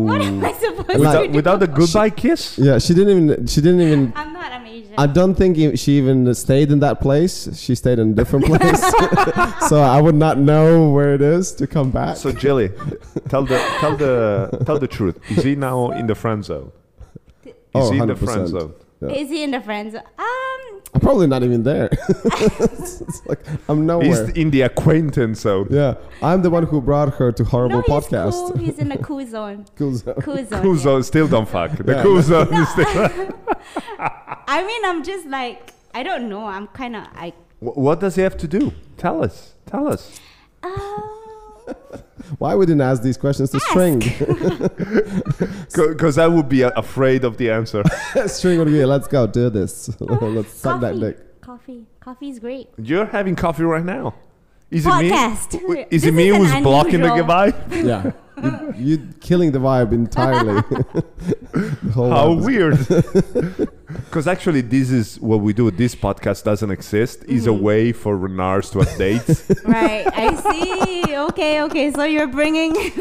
B: what am I supposed to
A: without,
B: do?
A: without a goodbye kiss.
C: Yeah, she didn't even. She didn't even.
B: I'm not, I'm Asian.
C: I don't think e- she even stayed in that place. She stayed in a
B: <laughs>
C: different place, <laughs> so I would not know where it is to come back.
A: So Jelly, tell the tell the tell the truth. Is he now in the friend zone? Is
C: Oh,
A: he in the friend
C: 100%.
A: zone?
C: yeah.
B: Is he in the friends? Um,
C: I'm probably not even there. <laughs> it's like I'm
A: He's
C: nowhere.
A: in the acquaintance zone.
C: Yeah, I'm the one who brought her to horrible
B: no, he's
C: podcast.
B: cool. He's in the cool zone.
C: <laughs> Cool zone.
B: Cool zone.
A: Cool
B: yeah.
A: zone still don't fuck. The
C: Yeah.
A: cool
C: <laughs>
A: zone is still.
B: I mean, I'm just like, I don't know. I'm kind of, I,
A: Wh- What does he have to do? Tell us. Tell us.
C: <laughs>
B: uh,
C: Why we didn't ask these questions to String? <laughs>
A: Because I would be uh, afraid of the answer.
C: String would be, let's go do this. <laughs> let's suck that
B: coffee,
C: dick.
B: coffee, coffee is great.
A: <laughs> You're having coffee right now. Is it
B: Podcast.
A: me? W- Is
B: This
A: it me
B: is an
A: who's blocking the
B: unusual-
A: goodbye?
C: Yeah, you, you're killing the vibe <laughs> entirely. The whole
A: How
C: episode.
A: <laughs> weird. Because actually, this is what we do. This podcast doesn't exist. Is
B: Mm.
A: a way for Renars to
B: <laughs>
A: update.
B: Right, I see. Okay, okay. So you're bringing. <laughs>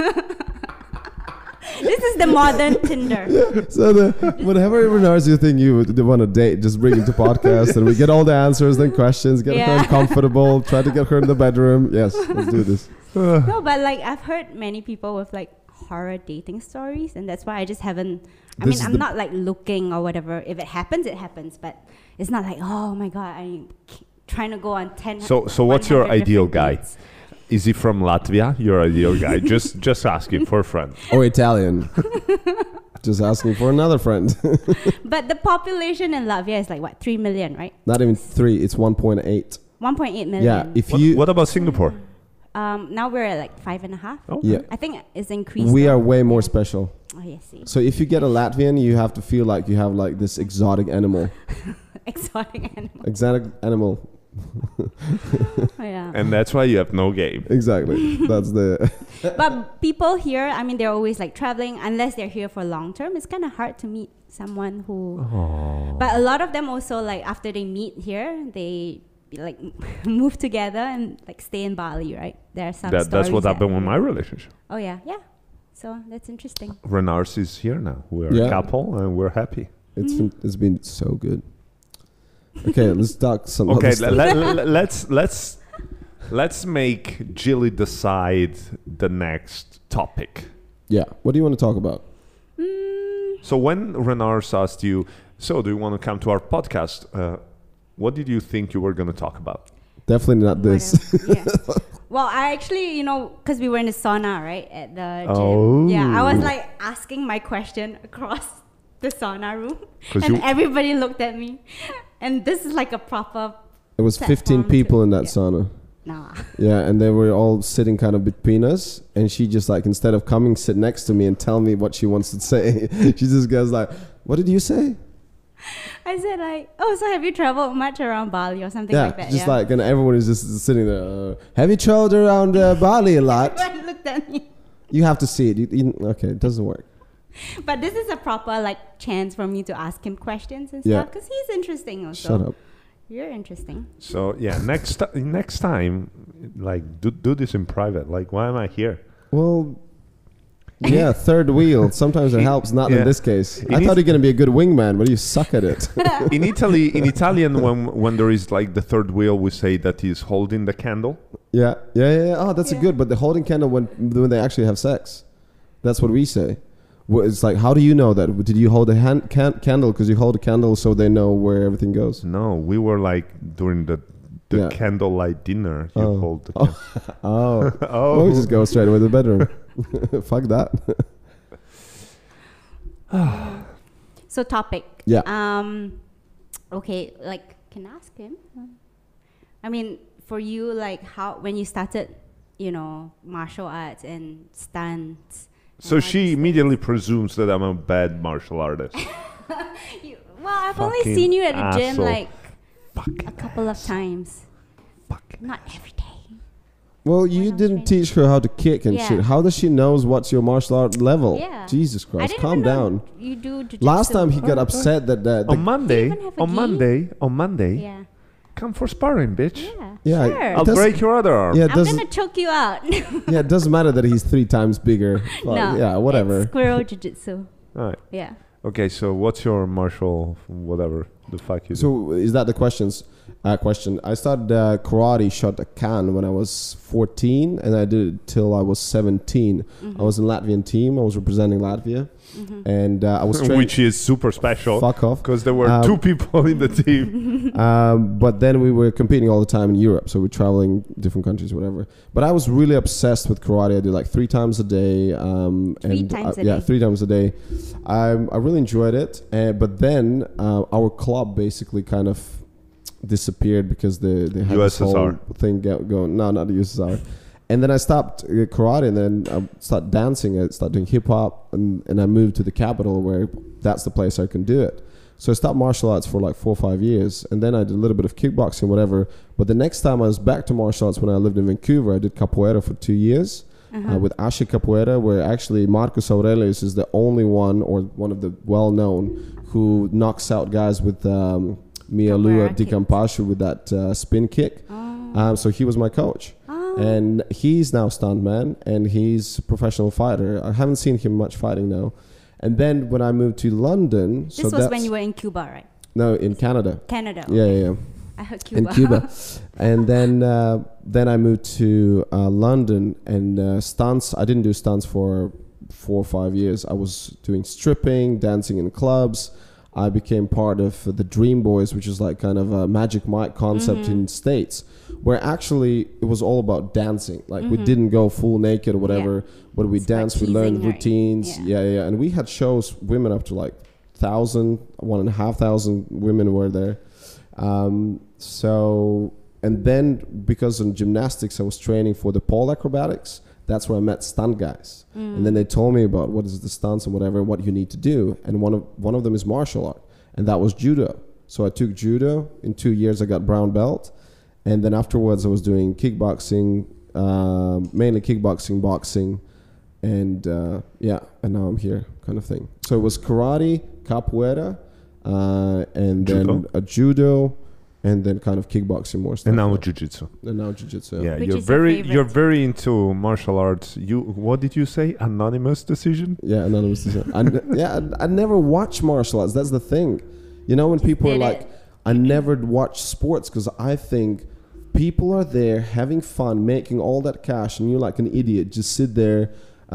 B: this is the
C: <laughs>
B: modern Tinder.
C: So the whatever Renars you think you would want to date, just bring it to podcast, and we get all the answers, then questions, get
B: Yeah.
C: her uncomfortable, try to get her in the bedroom. Yes, let's do this.
B: No, but like I've heard many people with like horror dating stories, and that's why I just haven't. I
C: This is
B: mean, I'm
C: the-
B: not like looking or whatever. If it happens, it happens. But it's not like oh my god, I'm k- trying to go on ten.
A: so, so what's your
B: 100
A: ideal guy?
B: different dates.
A: Is he from Latvia? Your ideal guy.
B: <laughs>
A: just, just ask him for a friend.
C: Or Italian. <laughs> just asking for another friend. <laughs>
B: But the population in Latvia is like what three million, right?
C: Not even three. It's one point eight.
B: One point eight
C: Yeah.
B: million.
C: If
A: What,
C: you
A: what about Singapore?
B: um, now we're at like five and a half.
A: Oh,
C: yeah.
B: I think it's increased.
C: We
B: now.
C: are way more special.
B: Oh yes, see. <laughs>
C: So if you get a Latvian, you have to feel like you have like this exotic animal,
B: exotic
C: <laughs>
B: animal.
C: exotic animal.
B: Yeah.
A: And that's why you have no game.
C: Exactly. That's the.
A: Eh.
B: but people here, I mean, they're always like traveling unless they're here for long term. It's kind of hard to meet someone who.
A: Oh.
B: But a lot of them also like after they meet here, they like <laughs> move together and like stay in Bali, right? There are some.
A: That, that's
B: stories
A: what
B: that-
A: happened with my relationship.
B: Oh yeah, yeah. So that's interesting.
A: Renars is here now. We're
C: Yeah.
A: a couple and we're happy.
C: It's
B: Hmm.
C: been, it's been so good. Okay, let's talk some. other
A: Okay,
C: stuff.
A: le- le-
C: <laughs>
A: le- let's let's let's make Jilly decide the next topic.
C: yeah. What do you want to talk about?
B: Mm,
A: So when Renars asked you, So, do you want to come to our podcast? Uh, what did you think you were going to talk about?
C: Definitely not this. <laughs>
B: What else? Yeah. Well, I actually, you know, because we were in the sauna, right, at the gym.
A: Oh.
B: Yeah, I was like asking my question across <laughs> the sauna room,
A: 'Cause
B: and
A: you-
B: everybody looked at me. And this is like a proper
C: It was 15
B: Platform
C: people
B: to-
C: in that
B: yeah.
C: sauna.
B: nah. <laughs>
C: Yeah, and they were all sitting kind of between us. And she just like, instead of coming, sit next to me and tell me what she wants to say, <laughs> she just goes like, what did you say?
B: I said like, oh, so have you traveled much around Bali or something
C: yeah,
B: like that?
C: just
B: yeah.
C: like, and everyone is just sitting there. Uh, have you traveled around uh, Bali a
B: <laughs> <laughs>
C: lot?
B: Everyone looked at me.
C: You have to see it. You, you, okay, it doesn't work.
B: But this is a proper like chance for me to ask him questions and
C: Yeah.
B: stuff because he's interesting also.
C: Shut up.
B: You're interesting.
A: So, yeah, next ti- next time, like, do, do this in private. Like, why am I here?
C: Well, yeah, third wheel. Sometimes it helps, not
A: yeah.
C: in this case.
A: It
C: I
A: is-
C: thought you're going to be a good wingman, but you suck at it.
A: In Italy, in Italian, when when there is like the third wheel, we say that he's holding the candle.
C: yeah, yeah, yeah. yeah. Oh, that's a
B: Yeah.
C: good. But the holding candle when when they actually have sex, that's what we say. Well, It's like, how do you know that? Did you hold a hand, can, candle? Because you hold a candle so they know where everything goes.
A: No, we were like during the the
C: Yeah.
A: candlelight dinner. You
C: Oh.
A: hold the
C: Oh, <laughs> oh.
A: <laughs> Oh.
C: Well, we just go straight away to the bedroom. <laughs> Fuck
B: <laughs>
C: that.
B: So topic.
C: Yeah.
B: Um, okay, like can I ask him? I mean, for you, like how when you started, you know, martial arts and stunts. and
A: So
B: all
A: she
B: these
A: immediately presumes that I'm a bad martial
B: <laughs>
A: artist.
B: things. You- well, I've only
A: Fucking
B: seen you at the gym
A: asshole.
B: like a
A: Fucking
B: couple of times,
A: fucking.
B: not every day.
C: Well, you
B: not
C: didn't
B: training?
C: teach her how to kick and
B: Yeah.
C: shit. How does she knows what's your martial art level?
B: Yeah.
C: Jesus
B: I
C: Christ,
B: didn't
C: calm
B: even know
C: down.
B: You do. jujitsu.
C: Last time he got upset that the, the
A: On Monday,
B: Do you even have a
A: on
B: gi?
A: Monday, on Monday,
B: Oh, Yeah.
A: come for sparring, bitch.
B: Yeah.
C: Yeah,
B: Sure.
C: It
A: I'll
C: doesn't-
A: break your other arm.
C: yeah, it
B: I'm
C: doesn't
B: gonna choke you out. <laughs> no.
C: yeah, it doesn't matter that he's three times bigger.
B: <laughs>
C: Fuck, yeah,
B: It's
C: whatever.
B: squirrel jujitsu.
A: All right.
B: Yeah.
A: Okay, so what's your martial whatever the fuck you do?
C: So is that the questions? Uh, question. I started uh, karate Shotokan when I was 14, and I did it till I was 17.
B: Mm-hmm.
C: I was in Latvian team. I was representing Latvia, and uh, I was trained.
A: <laughs> Which is super special
C: fuck off.
A: because there were
C: Um,
A: two people in the
C: <laughs>
A: team.
C: um, but then we were competing all the time in Europe, so we're traveling different countries, whatever. But I was really obsessed with karate. I did like three times a day. Um,
B: Three
C: and
B: times
C: uh,
B: a
C: yeah,
B: day.
C: three times a day. I, I really enjoyed it. Uh, but then uh, our club basically kind of disappeared because they, they had this whole
A: USSR.
C: thing go- going. No, not the USSR. And then I stopped uh, karate, and then I started dancing. I started doing hip hop, and, and I moved to the capital where that's the place I can do it. So I stopped martial arts for like four or five years, and then I did a little bit of kickboxing, whatever. But the next time I was back to martial arts when I lived in Vancouver, I did capoeira for two years
B: Uh-huh.
C: uh, with Asha Capoeira, where actually Marcos Aurelius is the only one or one of the well-known who knocks out guys with um, Mia Lua
B: Capoeira
C: Di
B: kicks.
C: Campascio with that uh, spin kick.
B: Oh.
C: Um, so he was my coach. And he's now stuntman and he's a professional fighter. I haven't seen him much fighting now. And then when I moved to London,
B: This was when you were in Cuba, right?
C: no in Canada.
B: Canada.
C: Yeah, yeah, yeah.
B: I heard Cuba.
C: In
B: <laughs>
C: Cuba, and then uh, then I moved to uh, London and uh, stunts. I didn't do stunts for four or five years. I was doing stripping, dancing in clubs. I became part of the Dream Boys, which is like kind of a Magic Mike concept
B: Mm-hmm.
C: in states, where actually it was all about dancing. Like we didn't go full naked or whatever, but
B: Mm-hmm.
C: we
B: It's like
C: danced, we learned
B: teasing, right?
C: routines.
B: Yeah.
C: Yeah, yeah, yeah. And we had shows, women up to like thousand, one and a half thousand women were there. Um, so, and then because in gymnastics, I was training for the pole acrobatics. That's where I met stunt guys, and then they told me about what is the stunts and whatever, and what you need to do. And one of one of them is martial art, and that was judo. So I took judo. In two years, I got brown belt, and then afterwards, I was doing kickboxing, um mainly kickboxing, boxing, and uh, yeah, and now I'm here, kind of thing. So it was karate, capoeira, uh, and
A: Judo?
C: then a judo, and then kind of kickboxing more stuff.
A: And now jujitsu.
C: and now jujitsu.
A: Yeah, you're
B: Which is your
A: very
B: favorite?
A: you're very into martial arts. You what did you say? Anonymous decision?
C: yeah, anonymous. decision. I n- <laughs> yeah, I, I never watch martial arts. That's the thing. You know, when people are
B: did
C: like,
B: it.
C: I never watch sports because I think people are there having fun, making all that cash, and you're like an idiot, just sit there.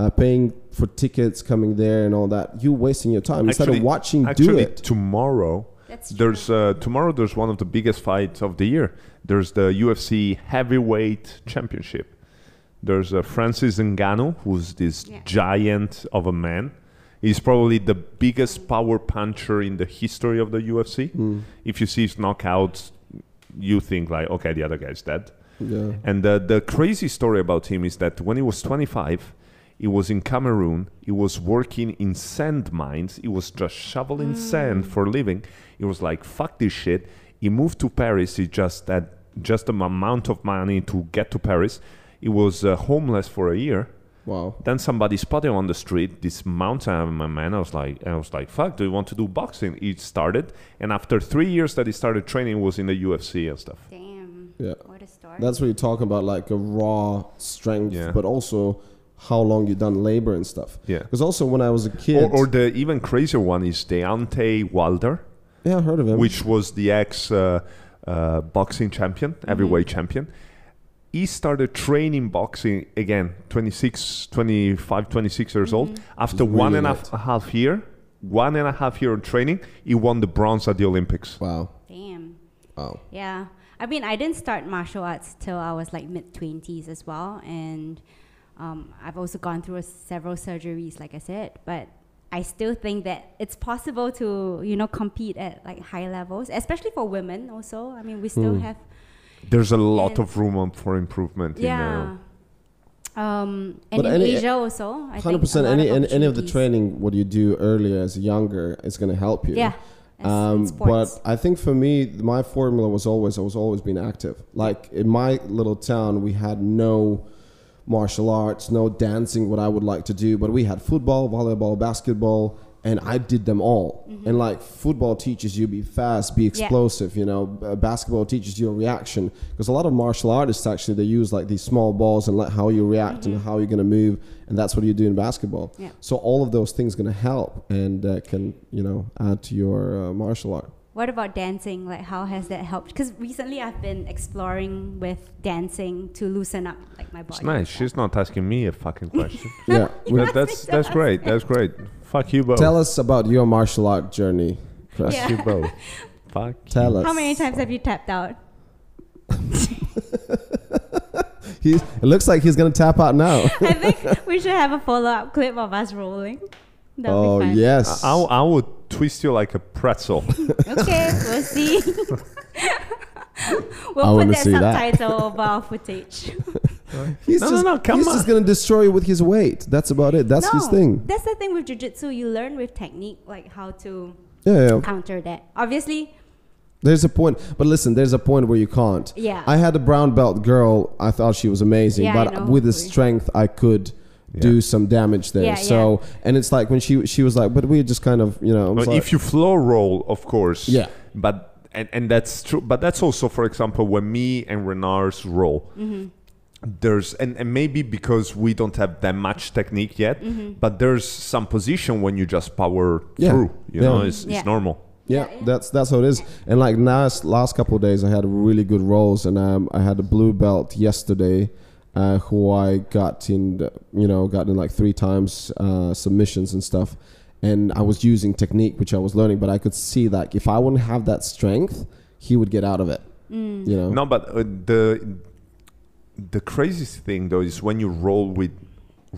C: uh, paying for tickets, coming there, and all that. You wasting your time instead
A: Actually-
C: of watching do
A: Actually,
C: it.
A: tomorrow
B: That's true.
A: there's uh, tomorrow there's one of the biggest fights of the year. There's the UFC heavyweight championship. There's uh, Francis Ngannou, who's this
B: Yeah.
A: giant of a man. He's probably the biggest power puncher in the history of the UFC. If you see his knockouts, you think like, okay, the other guy's dead.
C: Yeah.
A: And uh, the crazy story about him is that when he was 25, he was in Cameroon. He was working in sand mines. He was just shoveling sand for a living. He was like, "Fuck this shit." He moved to Paris. He just had just an amount of money to get to Paris. He was uh, homeless for a year.
C: Wow.
A: Then somebody spotted him on the street, this mountain man. I was like, I was like, fuck, do you want to do boxing? He started, and after three years that he started training, was in the UFC and stuff.
B: Damn.
C: Yeah.
B: What a story.
C: That's what you're talking about, like a raw strength,
A: Yeah.
C: but also how long you've done labor and stuff.
A: Yeah.
C: Because also when I was a kid,
A: Or, or the even crazier one is Deontay Wilder,
C: yeah, I heard of him.
A: which was the ex uh, uh, boxing champion,
C: Mm-hmm.
A: heavyweight champion. He started training boxing again, 26, 25, 26 years old. After
C: Mm-hmm. He's
A: one
C: really
A: and a half, a half year, one and a half year of training, he won the bronze at the Olympics.
C: wow.
B: Damn.
C: Wow.
B: Yeah. I mean, I didn't start martial arts till I was like mid 20s as well. And um, I've also gone through several surgeries, like I said. But I still think that it's possible to, you know, compete at like high levels, especially for women also. I mean, we still
C: Hmm.
B: have
A: There's a lot
B: And-
A: of room up for improvement. in,
B: Yeah.
A: uh,
B: Um, and
C: But
B: in
C: any-
B: Asia also, I
C: Hundred
B: think a
C: percent.
B: lot
C: Any any any of the
B: opportunities.
C: training what you do earlier as younger is going to help you.
B: Yeah. as in
C: Um,
B: sports.
C: but I think for me, my formula was always I was always being active. Like in my little town, we had no martial arts, no dancing, what I would like to do, but we had football, volleyball, basketball, and I did them all. And like football teaches you be fast, be explosive. You know, B- uh, basketball teaches you reaction because a lot of martial artists actually they use like these small balls and like how you react and how you're gonna move, and that's what you do in basketball.
B: Yeah.
C: So all of those things going to help and uh, can you know add to your uh, martial art.
B: What about dancing? Like, how has that helped? Because recently I've been exploring with dancing to loosen up like my body.
A: it's nice. She's not asking me a fucking
C: <laughs>
A: question.
C: Yeah.
A: That- that's that's great. That's great. Fuck you both.
C: Tell us about your martial art journey, Chris.
A: Fuck you
C: <laughs>
A: both. Fuck.
C: Tell us.
B: How many times have you tapped out? <laughs>
C: He's, it looks like he's going to tap
B: <laughs>
C: out now.
B: I think we should have a follow-up clip of us rolling. That would
C: oh
B: be fun.
C: yes.
A: I, I would twist you like a pretzel.
C: <laughs>
B: Okay, we'll see.
C: I
B: we'll put
C: wanna
B: that
C: see that.
B: subtitle over
C: <laughs>
B: our footage.
C: he's
A: No, no,
C: just,
A: no, come
C: he's just going to destroy you with his weight. That's about it. That's his thing.
B: That's the thing with jujitsu. You learn with technique, like how to
C: Yeah, yeah.
B: counter that. Obviously,
C: There's a point, but listen, there's a point where you can't.
B: Yeah.
C: I had a brown belt girl. I thought she was amazing,
B: Yeah, I
C: but
B: know.
C: with the strength, I could.
A: Yeah.
C: Do some damage there,
B: Yeah,
C: so and it's like when she she was like, but we just kind of you know. I was
A: Well,
C: like-
A: if you floor roll, of course.
C: Yeah.
A: But and, and that's true. But that's also, for example, when me and Renars roll.
C: Mm-hmm.
A: There's and, and maybe because we don't have that much technique yet, but there's some position when you just power
C: Mm-hmm. Yeah.
A: through. You
C: Yeah.
A: know, it's,
B: Yeah.
A: it's normal.
C: Yeah, that's that's how it is. And like last last couple of days, I had really good rolls, and um, I had a blue belt yesterday, uh, who I got in, the- you know, got in like three times uh, submissions and stuff. And I was using technique, which I was learning, but I could see like if I wouldn't have that strength, he would get out of it. You know,
A: No, but uh, the the craziest thing though is when you roll with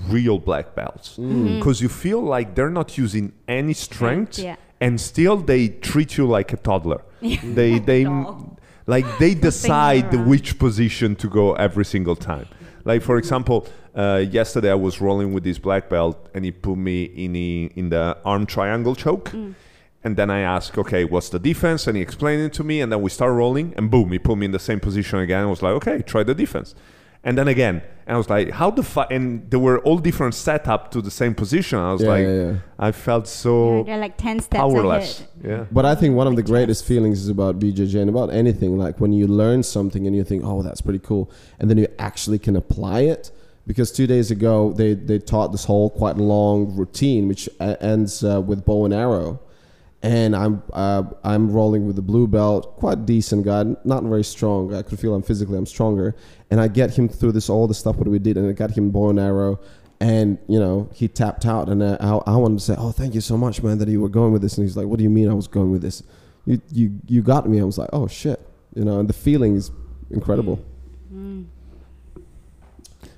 A: real black belts because you feel like they're not using any strength
B: Yeah.
A: and still they treat you like a toddler. they they
B: Doll.
A: like they decide
B: around.
A: which position to go every single time. Like for example, uh, yesterday I was rolling with this black belt and he put me in the, in the arm triangle choke. And then I asked, okay, what's the defense? And he explained it to me. And then we start rolling, and boom, he put me in the same position again. I was like, okay, try the defense. And then again, and I was like, how the fuck? And they were all different setup to the same position. I was
C: Yeah,
A: like,
C: yeah, yeah.
A: I felt
B: you're,
C: Oh,
A: so
B: you're like ten steps
A: powerless.
B: ahead.
A: Yeah.
C: But I think one of the greatest feelings is about BJJ and about anything. Like when you learn something and you think, oh, that's pretty cool. And then you actually can apply it. Because two days ago, they, they taught this whole quite long routine, which uh, ends uh, with bow and arrow. And I'm uh, I'm rolling with the blue belt, quite decent guy, not very strong. I could feel I'm physically I'm stronger, and I get him through this all the stuff what we did, and I got him bow and arrow, and you know he tapped out and I, I, I wanted to say oh thank you so much man that you were going with this and he's like what do you mean i was going with this you you you got me i was like oh shit you know and the feeling is
A: Mm.
C: incredible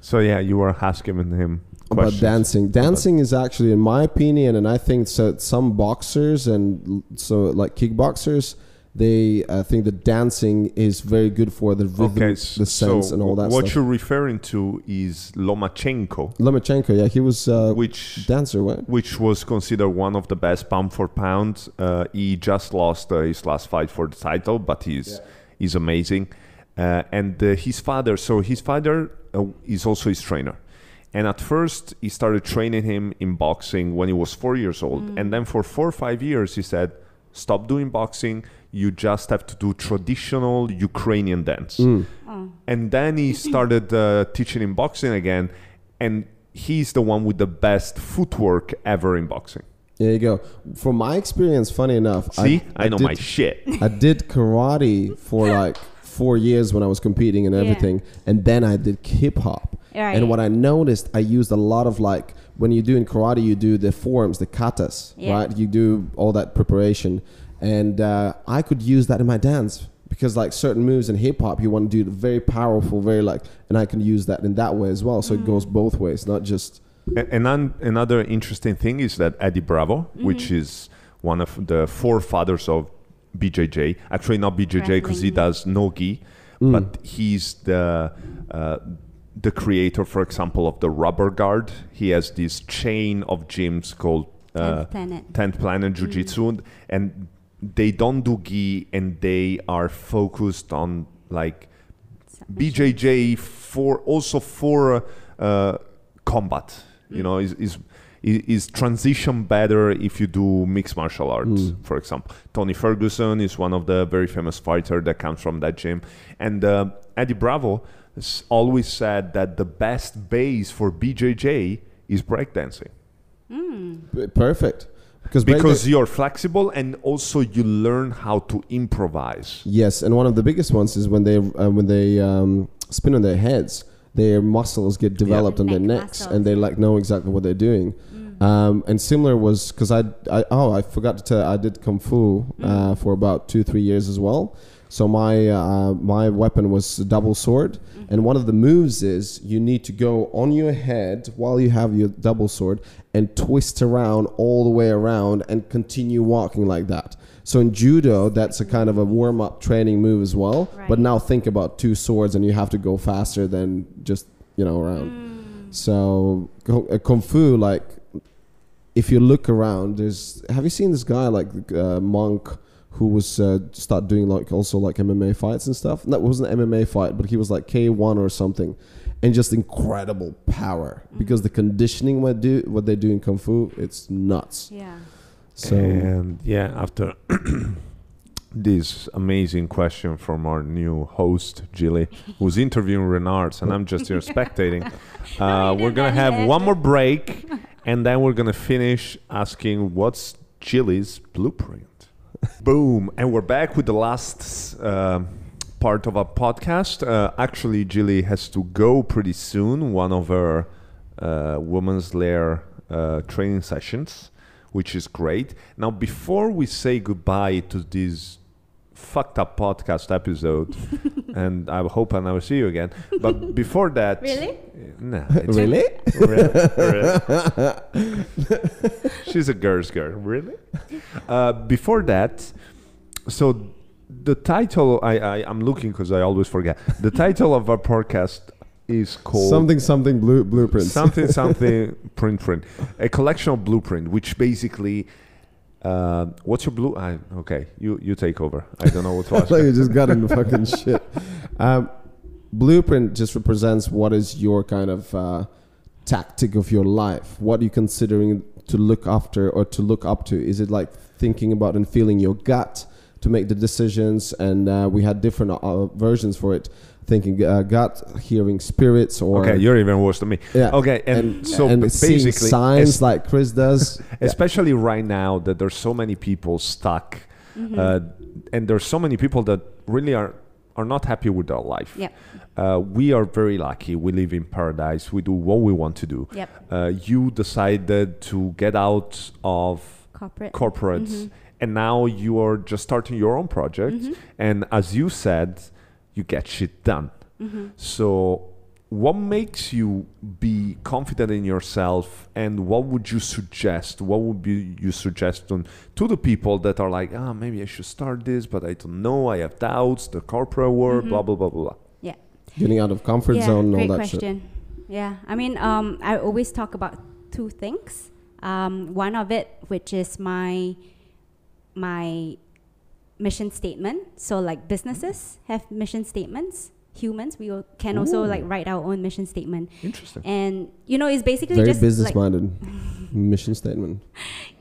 A: So yeah, you were asking him
C: about
A: questions.
C: dancing dancing is actually in my opinion and i think so some boxers and l- so like kickboxers they uh, think that dancing is very good for the rhythm
A: Okay, s-
C: the sense
A: so
C: and all that
A: What
C: stuff
A: you're referring to is Lomachenko,
C: lomachenko yeah he was uh,
A: which
C: dancer what
A: which was considered one of the best pound for pound. Uh, he just lost uh, his last fight for the title, but he's he's amazing. Uh, and uh, his father, so his father uh, is also his trainer. And at first, he started training him in boxing when he was four years old. And then for four or five years, he said, "Stop doing boxing. You just have to do traditional Ukrainian dance." and then he started uh, teaching in boxing again and he's the one with the best footwork ever in boxing
C: there you go from my experience funny enough
A: see i, know
C: did-
A: my shit
C: I did karate
B: <laughs>
C: for like four years when I was competing and
B: Yeah.
C: everything, and then I did hip hop.
B: Right.
C: And what I noticed, I used a lot of like when you do in karate, you do the forms, the katas,
B: Yeah.
C: right? You do all that preparation, and uh, I could use that in my dance because like certain moves in hip hop, you want to do the very powerful, very like, and I can use that in that way as well. So
B: Mm.
C: it goes both ways, not just
A: A- and an- another interesting thing is that eddie bravo which is one of the forefathers of bjj actually not bjj because he
B: Wrestling.
A: does nogi but he's the uh, the creator for example of the rubber guard he has this chain of gyms called uh,
B: Tenth planet.
A: 10th Planet Jiu Jitsu, and they don't do gi and they are focused on like BJJ for also for uh, combat. You know, is, is i- is transition better if you do mixed martial arts, for example. Tony Ferguson is one of the very famous fighter that comes from that gym, and uh, Eddie Bravo s- always said that the best base for BJJ is breakdancing
C: p- perfect because
A: because you're flexible and also you learn how to improvise.
C: Yes, and one of the biggest ones is when they uh, when they um, spin on their heads, their muscles get developed on their
B: Neck
C: necks,
B: muscles.
C: and they like know exactly what they're doing. Um, and similar was because I, I oh I forgot to tell I did kung fu uh, for about two three years as well. So my uh, my weapon was a double sword, and one of the moves is you need to go on your head while you have your double sword and twist around all the way around and continue walking like that. So in judo, that's a kind of a warm up training move as well. But
B: Right.
C: now think about two swords, and you have to go faster than just you know around. So co- uh, kung fu, like if you look around, there's. Have you seen this guy like uh, monk who was uh, start doing like also like MMA fights and stuff? That wasn't an MMA fight, but he was like K one or something, and just incredible power because the conditioning what do what they do in kung fu, it's nuts.
B: Yeah.
C: So
A: and yeah, after <clears throat> this amazing question from our new host Gilly, who's interviewing Renards, and I'm just here spectating. Uh, we're
B: don't
A: gonna
B: have
A: have
B: that.
A: one more break, and then we're gonna finish asking what's Gilly's blueprint. Boom, and we're back with the last. Uh, Part of our podcast. Uh, actually, Gilly has to go pretty soon. One of her uh, women's lair uh, training sessions, which is great. Now, before we say goodbye to this fucked up podcast episode, and I hope I never see you again. But before that,
B: Really?
A: No,
C: really,
A: She's a girl's girl. Really? Uh, before that, so the title I, I I'm looking because I always forget. The title of our podcast is called
C: something something blue blueprints.
A: something something print print a collection of blueprint which basically uh, what's your blue I, okay you you take over i don't know what to
C: <laughs> I
A: ask
C: thought you just got into fucking shit. Um, blueprint just represents what is your kind of uh, tactic of your life. What are you considering to look after or to look up to? Is it like thinking about and feeling your gut to make the decisions? And uh, we had different uh, versions for it. Thinking uh, gut, hearing spirits, or
A: okay you're even worse than me
C: Yeah.
A: okay and, so
C: and
A: b-
C: seeing
A: basically
C: signs
A: es-
C: like Chris
A: <laughs>
C: does.
A: especially right now that there's so many people stuck uh, and there's so many people that really are are not happy with their life.
B: Yep.
A: Uh, we are very lucky. We live in paradise. We do what we want to do.
B: Yep.
A: Uh, you decided to get out of
B: Corporate.
A: corporates and now you are just starting your own project and as you said you get shit done so what makes you be confident in yourself and what would you suggest what would be you suggest on, to the people that are like ah maybe i should start this but i don't know i have doubts the corporate world blah blah blah blah blah
B: yeah.
C: Getting out of comfort zone and all
B: great
C: that shit.
B: question. Yeah, I mean, um, I always talk about two things. Um, one of it, which is my my mission statement. So, like businesses have mission statements. Humans, we all- can also
A: Ooh.
B: like write our own mission statement.
A: interesting
B: And you know, it's basically
C: Very
B: just
C: business
B: like,
C: minded. Mission statement.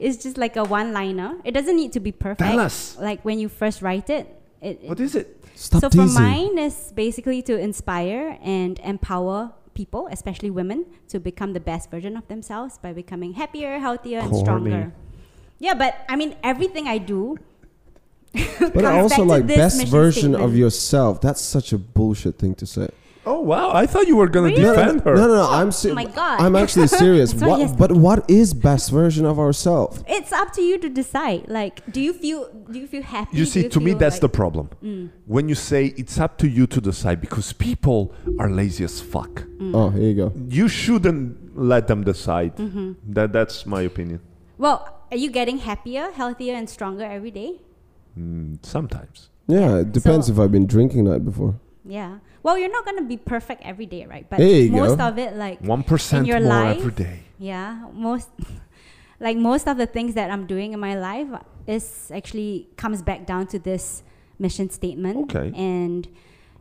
B: it's just like a one liner. It doesn't need to be perfect.
A: Tell us.
B: Like when you first write it, it, it
A: what is it
C: Stop
B: so
C: teasing.
B: for mine is basically to inspire and empower people, especially women, to become the best version of themselves by becoming happier, healthier, and
A: Corny.
B: stronger. Yeah, but I mean everything I do.
C: <laughs> but
B: comes back
C: also
B: to
C: like
B: this
C: best
B: mission
C: version of
B: statement.
C: yourself. That's such a bullshit thing to say.
A: oh wow i thought you were gonna
B: Really?
C: No, no,
A: defend
C: no,
A: her
C: no, no, no, I'm se-
B: Oh my God.
C: I'm actually
B: <laughs>
C: serious.
B: That's why
C: what,
B: yes.
C: but what is best version of ourselves?
B: It's up to you to decide. Like, do you feel do you feel happy?
A: you
B: Do
A: see to me
B: feel
A: that's the
B: like- Mm.
A: problem when you say it's up to you to decide because people are lazy as fuck
B: Mm.
C: Oh, here you go.
A: you shouldn't let them decide
B: Mm-hmm.
A: that that's my opinion
B: well. Are you getting happier, healthier, and stronger every day?
A: Mm, sometimes
C: Yeah, it depends
B: So- Oh,
C: if I've been drinking night before.
B: Yeah. Well, you're not gonna be perfect every day, right? But
C: There you go.
B: most of it, like
A: 1%
B: In
A: more
B: your life?
A: every day
B: Yeah, most <laughs> like most of the things that I'm doing in my life is actually comes back down to this mission statement.
A: Okay.
B: And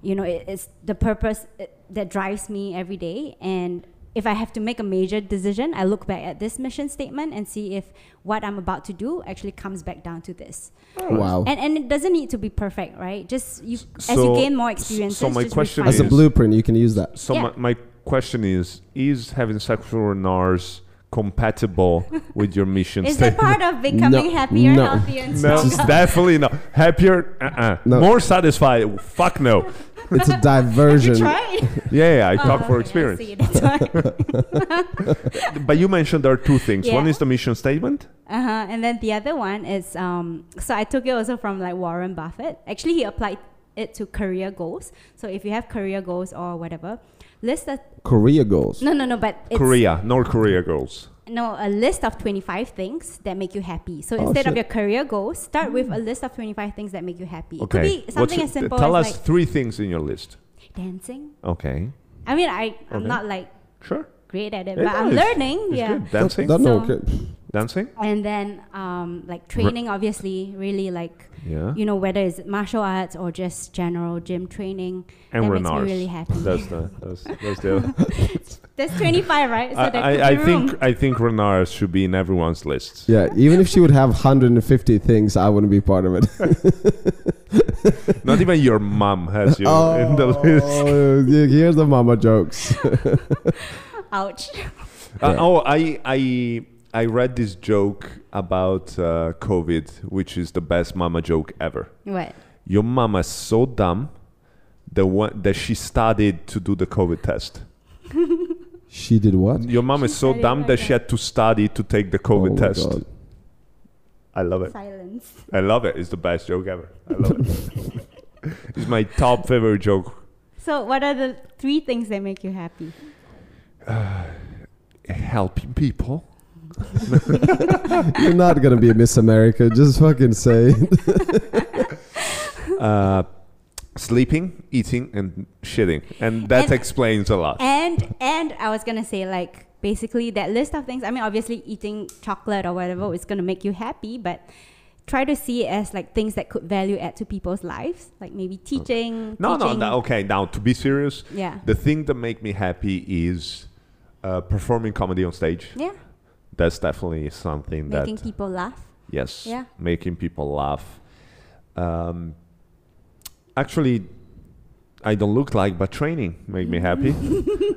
B: you know, it, it's the purpose uh, that drives me every day. And if I have to make a major decision, I look back at this mission statement and see if what I'm about to do actually comes back down to this.
C: Wow.
B: And and it doesn't need to be perfect, right? Just you as
A: Oh. So-
B: you gain more
A: so- so
B: experiences.
A: my
B: just
A: question
B: refine
C: As a
B: it.
A: is-
C: blueprint, you can
B: <laughs>
C: use that.
A: so
B: Yeah.
A: my, my question is is having sexual NARS compatible
B: <laughs>
A: with your mission
B: is that
A: statement <laughs>
B: part of becoming happier,
C: no.
B: healthier, and
A: no,
B: stronger?
A: definitely not. Happier? Uh-uh.
C: No.
A: More satisfied? Fuck no.
B: <laughs>
C: It's a
B: You
C: diversion.
B: tried?
A: Yeah, yeah I
B: Oh,
A: talk
B: okay,
A: for
B: I
A: experience.
B: see, that's why.
A: But you mentioned there are two things.
B: Yeah.
A: One is the mission statement.
B: <laughs> Uh-huh. And then the other one is um, so I took it also from like Warren Buffett. Actually, he applied it to career goals. So if you have career goals or whatever, list the
C: Korea goals.
B: no no no, but it's
A: Korea, North Korea girls.
B: no a list of twenty five things that make you happy. So
C: Oh,
B: instead of
C: shit.
B: your career goals, start with a list of twenty five things that make you happy.
A: Okay.
B: It could be something
A: What's-
B: as simple
A: tell
B: as
A: us
B: like
A: three things in your list.
B: dancing.
A: Okay.
B: I mean, I I'm
A: Okay.
B: not like
A: Sure.
B: great at it,
A: It
B: but I'm
A: is.
B: learning.
A: It's
B: yeah.
A: good.
C: That-
A: Dancing.
C: that no
B: So-
C: okay.
A: Dancing.
B: And then um, like training, obviously, really like
A: Yeah.
B: you know, whether it's martial arts or just general gym training.
A: and
B: that makes me
A: Renars.
B: really happy.
A: That's the that's, that's the. Other.
B: <laughs> That's 25, right? So
A: I,
B: there
A: I,
B: could
A: I
B: be room.
A: think I think Renars should be in everyone's list.
C: Yeah, even if she would have 150 things, I wouldn't be part of
B: <laughs>
C: it.
A: Not even your mom
C: <laughs>
A: has you in the list.
C: Oh, <laughs> here's the
B: <laughs>
C: mama jokes.
B: <laughs> Ouch.
A: Uh, oh, I I I read this joke about uh, COVID, which is the best mama joke ever.
B: What?
A: Your mama's so dumb that one, that she studied to do the COVID test.
C: She did what?
A: Your mom is so
B: studied
A: dumb
B: like
A: that she
B: that.
A: had to study to take the
C: Oh
A: COVID
C: my
A: test.
C: God.
A: I love it.
B: Silence.
A: I love it. It's the best joke ever. I love it.
C: <laughs>
A: it's my top favorite joke.
B: So, what are the three things that make you happy?
A: Helping people.
C: You're not gonna be Miss America. Just fucking say.
A: Uh, sleeping, eating, and shitting. And that
B: And-
A: explains a lot.
B: And and I was gonna say like basically that list of things. I mean, obviously eating chocolate or whatever is gonna make you happy, but try to see it as like things that could value add to people's lives, like maybe teaching.
A: No, no,
B: teaching.
A: no. Okay, now to be serious,
B: Yeah.
A: the thing that make me happy is uh, performing comedy on stage.
B: Yeah,
A: That's definitely something
B: making
A: that
B: people laugh.
A: <laughs> yes,
B: Yeah.
A: making people laugh. Um, actually, I don't look like, but training make me
B: <laughs>
A: happy.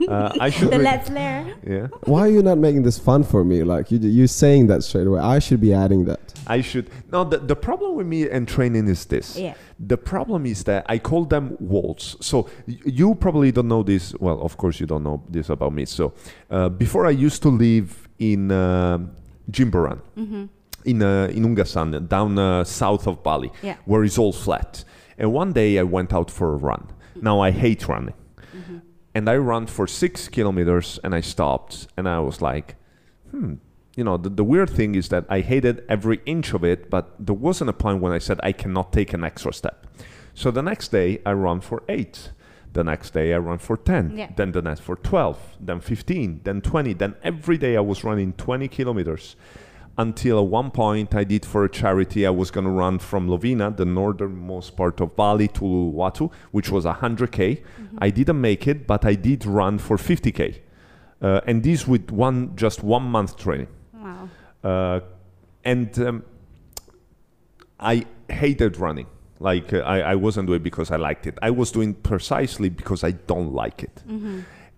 A: uh, I should.
B: The
A: re-
B: Let's Lair.
A: yeah,
C: <laughs> Why are you not making this fun for me? Like you, you're saying that straight away. I should be adding that.
A: I should. No, the, the problem with me and training is this.
B: Yeah.
A: The problem is that I call them walls. So y- you probably don't know this. Well, of course you don't know this about me. So uh, before I used to live in um Jimbaran,
B: Mm-hmm.
A: in uh, in Ungasan, down uh, south of Bali,
B: Yeah.
A: where it's all flat. And one day I went out for a run. Now I hate running, and I ran for six kilometers, and I stopped, and I was like, hmm. You know, the, the weird thing is that I hated every inch of it, but there wasn't a point when I said I cannot take an extra step. So the next day I run for eight. The next day I run for 10.
B: Yeah.
A: Then the next for 12. Then 15. Then 20. Then every day I was running 20 kilometers until at one point I did for a charity. I was going to run from Lovina, the northernmost part of Bali, to Uluwatu, which was 100K. I didn't make it, but I did run for 50K. Uh, and this with one just one month training.
B: Wow.
A: Uh, and um, I hated running. Like uh, I, I wasn't doing it because I liked it. I was doing precisely because I don't like it.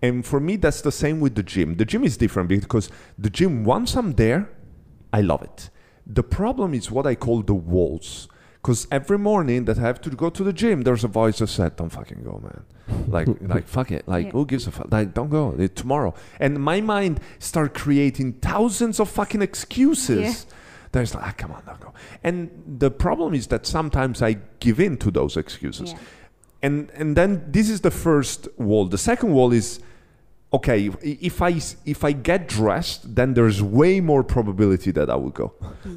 A: And for me, that's the same with the gym. The gym is different because the gym, once I'm there, I love it. The problem is what I call the walls. Because every morning that I have to go to the gym, there's a voice that said, "Don't fucking go, man." Like, like fuck it. Like,
B: Yeah.
A: who gives a fuck? Like, don't go eh, tomorrow. And my mind start creating thousands of fucking excuses. There's like, ah, come on, don't go. And the problem is that sometimes I give in to those excuses
B: Yeah.
A: and and then this is the first wall the second wall is okay if- if i s- if i get dressed then there's way more probability that i will go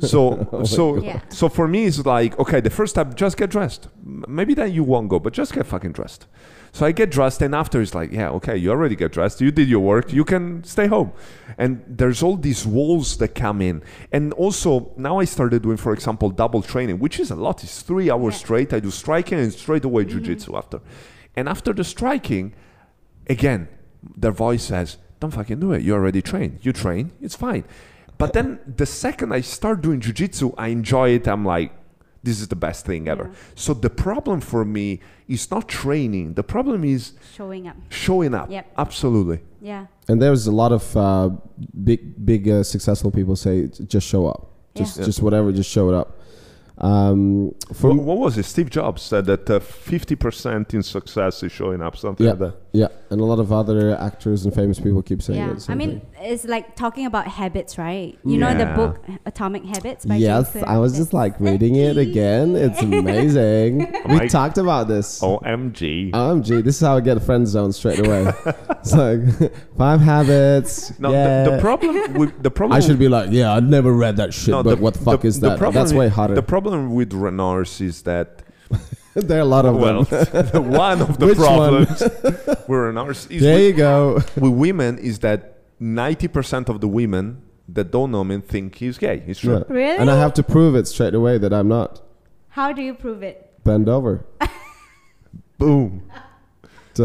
A: so so
B: God. Yeah.
A: so for me it's like okay the first step just get dressed M- maybe then you won't go but just get fucking dressed so i get dressed and after it's like yeah okay you already get dressed you did your work you can stay home and there's all these walls that come in and also now i started doing for example double training which is a lot it's three hours
B: Yeah. Mm-hmm.
A: straight i do striking and straight away jiu-jitsu after and after the striking again, their voice says, don't fucking do it. You already trained. You train. It's fine. But then the second I start doing jujitsu, I enjoy it. I'm like, this is the best thing ever. So the problem for me is not training. The problem is
B: Showing up.
A: showing up.
B: Yep.
A: Absolutely.
B: Yeah.
C: And there's a lot of uh, big, big uh, successful people say just show up, just,
A: Yeah.
C: just whatever, just show it up. Um, for
A: What, what was it? Steve Jobs said that uh, 50% in success is showing up, something
C: yeah,
A: like that.
C: yeah, and a lot of other actors and famous people keep saying
B: Yeah.
C: that.
B: I
C: same
B: mean,
C: thing.
B: it's like talking about habits, right? You know the
A: Yeah.
B: book Atomic Habits by
C: Yes,
B: James Clear?
C: I was just like reading it again.
B: <laughs>
C: It's amazing.
A: I-
C: we talked about this.
A: OMG.
C: OMG, this is how I get friend zone straight
A: <laughs>
C: away. it's like <laughs> five habits.
A: no,
C: yeah.
A: the, the problem with the problem
C: I should be like, yeah, I never read that shit, but what the fuck is that? That's way
A: harder.
C: harder.
A: The problem with Renars is that
C: <laughs> there are a lot of
A: Well, <laughs>
C: them.
A: the one of the
C: Which one?
A: problems we're in ours is
C: There
A: with,
C: you go.
A: with women is that 90% of the women that don't know him think he's gay. It's true.
C: Yeah.
B: Really?
C: <laughs> And I have to prove it straight away that I'm not.
B: How do you prove it?
C: Bend over.
A: Boom.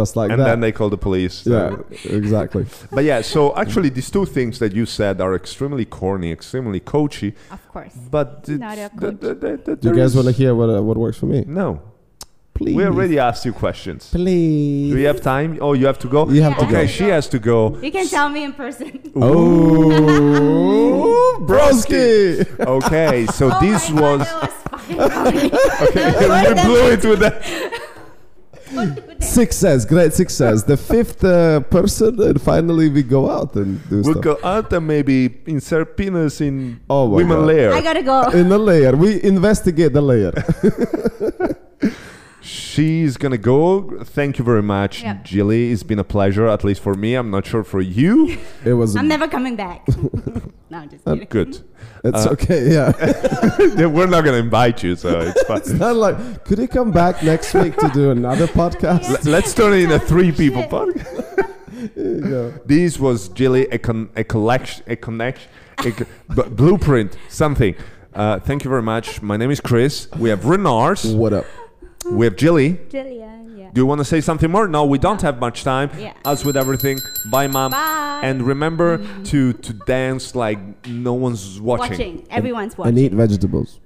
C: Just like
A: And
C: that.
A: then they call the police.
C: yeah,
A: <laughs>
C: exactly.
A: But yeah, so actually these two things that you said are extremely corny, extremely coachy,
B: Of course.
A: but it's,
B: Not a
A: th- th- th- th-
C: Do you
A: there
C: guys
A: is-
C: want to hear what, uh, what works for me?
A: No.
C: Please.
A: We already asked you questions. Do
C: Please.
A: we have time? Oh, you have to go?
C: You have to
A: okay,
C: go.
A: she has to go.
B: <laughs> You can tell me in person.
A: <laughs>
C: Oh, broski.
A: Okay, so
B: <laughs> Oh
A: this
B: my God,
A: was.
B: <laughs>
C: <laughs>
B: that was fine.
A: we blew it with that.
C: <laughs> Success, great success. The fifth uh, person, and finally we go out and do
A: We'll
C: stuff.
A: go out and maybe insert penis in
C: Oh my
A: women
C: God.
A: layer.
B: I gotta go.
C: In the layer, we investigate the layer.
A: She's gonna go. Thank you very much,
B: Yeah.
A: Jilly. It's been a pleasure, at least for me. I'm not sure for
B: <laughs>
A: you. <laughs>
C: It was.
B: I'm never coming back. <laughs> no, I'm just kidding.
A: Good.
C: it's
A: uh,
C: okay. Yeah. <laughs>
A: We're not gonna invite you, so it's fine.
B: <laughs>
C: Not like, could you come back next week to do another podcast? <laughs>
A: L- Let's turn it in a three people
B: Shit.
A: podcast.
C: There you go.
A: This was Jilly, a, con- a collection, a connection, a co- b- blueprint, something. Uh, thank you very much. My name is Chris. We have Renars.
C: What up?
A: We have Jilly.
B: Jillian, yeah.
A: Do you want to say something more? No, we don't have much time.
B: Yeah.
A: As with everything, bye, mom.
B: Bye. Mm.
A: And remember to to dance like no one's watching.
B: Watching. Everyone's watching.
C: And eat vegetables.